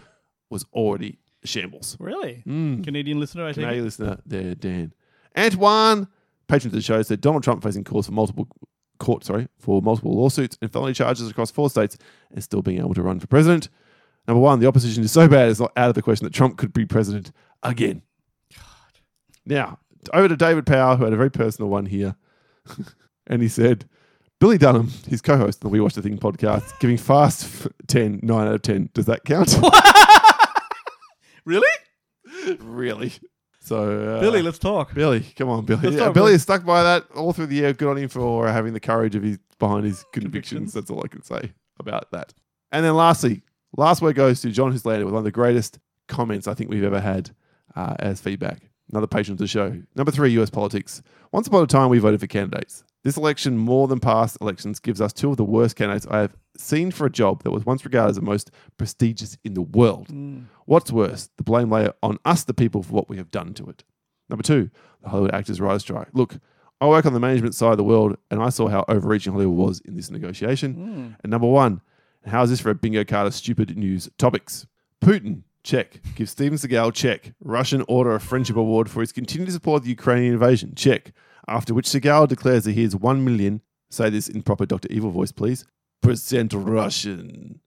Speaker 2: was already a shambles.
Speaker 1: Really? Canadian listener, I think.
Speaker 2: Mm. Canadian listener there, Dan. Antoine, patron of the show, said Donald Trump facing calls for multiple court, sorry, for multiple lawsuits and felony charges across four states and still being able to run for president. Number one, the opposition is so bad it's not out of the question that Trump could be president again. Now, over to David Power, who had a very personal one here. [LAUGHS] and he said, Billy Dunham, his co host on the We Watch the Thing podcast, giving Fast f- 10, 9 out of 10. Does that count? [LAUGHS]
Speaker 1: Really?
Speaker 2: really? So, uh,
Speaker 1: Billy, let's talk.
Speaker 2: Billy, come on, Billy.
Speaker 1: Let's
Speaker 2: Yeah,
Speaker 1: talk,
Speaker 2: Billy
Speaker 1: Billy.
Speaker 2: is stuck by that all through the year. Good on him for having the courage of his behind his convictions.
Speaker 1: Convictions.
Speaker 2: That's all I can say about that. And then lastly, last word goes to John Huslander with one of the greatest comments I think we've ever had uh, as feedback. Another patron of the show. Number three, US politics. Once upon a time, we voted for candidates. This election, more than past elections, gives us two of the worst candidates I have seen for a job that was once regarded as the most prestigious in the world. What's worse, the blame layer on us, the people, for what we have done to it. Number two, the Hollywood Actors Rise Strike. Look, I work on the management side of the world and I saw how overreaching Hollywood was in this negotiation. And number one, how is this for a bingo card of stupid news topics? Putin, check. Give Steven Seagal, check. Russian Order of Friendship Award for his continued support of the Ukrainian invasion, check. After which Seagal declares that he is 1 million, say this in proper Dr. Evil voice, please, percent Russian.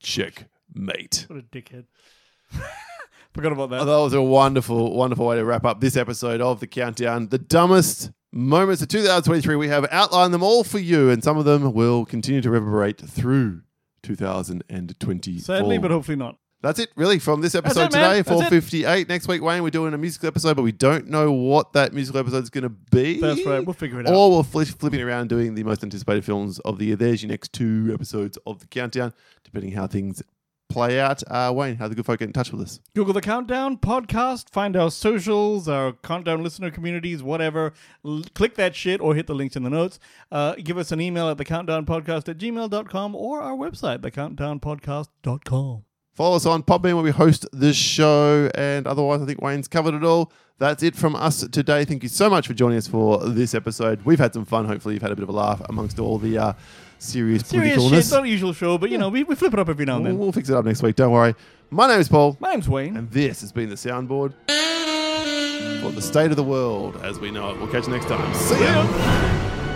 Speaker 2: Check, mate.
Speaker 1: What a dickhead. [LAUGHS] Forgot about that.
Speaker 2: Oh, that was a wonderful, wonderful way to wrap up this episode of The Countdown. The dumbest moments of 2023. We have outlined them all for you, and some of them will continue to reverberate through 2024.
Speaker 1: Sadly, but hopefully not.
Speaker 2: That's it, really, from this episode
Speaker 1: it, man.
Speaker 2: today,
Speaker 1: That's it.
Speaker 2: 458. Next week, Wayne, we're doing a musical episode, but we don't know what that musical episode is going to be.
Speaker 1: That's right. We'll figure it out.
Speaker 2: Or we're fli flipping around and doing the most anticipated films of the year. There's your next two episodes of The Countdown, depending how things play out. Uh, Wayne, how do the good folk get in touch with us?
Speaker 1: Google the Countdown podcast, find our socials, our Countdown listener communities, whatever. L- click that shit or hit the links in the notes. Uh, give us an email at thecountdownpodcast at gmail.com or our website, thecountdownpodcast.com.
Speaker 2: Follow us on Podbean where we host this show. And otherwise, I think Wayne's covered it all. That's it from us today. Thank you so much for joining us for this episode. We've had some fun. Hopefully, you've had a bit of a laugh amongst all the uh, serious,
Speaker 1: Serious shit,
Speaker 2: politicalness.
Speaker 1: not a usual show, but you know, we, we flip it up every now and
Speaker 2: We'll,
Speaker 1: then.
Speaker 2: we'll fix it up next week. Don't worry. My name is Paul,
Speaker 1: My name's Wayne.
Speaker 2: and this has been the soundboard for the state of the world as we know it. We'll catch you next time. See ya.
Speaker 1: Yeah.